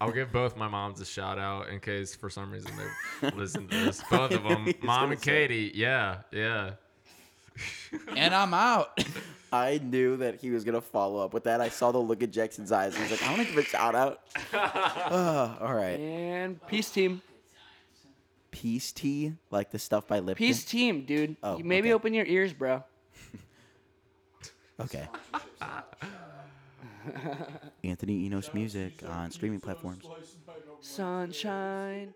I'll give both my moms a shout out in case for some reason they listen to this. Both of them, mom and Katie. Yeah, yeah. and I'm out. I knew that he was gonna follow up with that. I saw the look at Jackson's eyes. and He's like, I want to give a shout out. Ah, Ugh, all right, And peace team. peace tea, like the stuff by Lipton. Peace team, dude. Oh, You Maybe okay. open your ears, bro. Okay. Anthony Enos music on streaming platforms. Sunshine.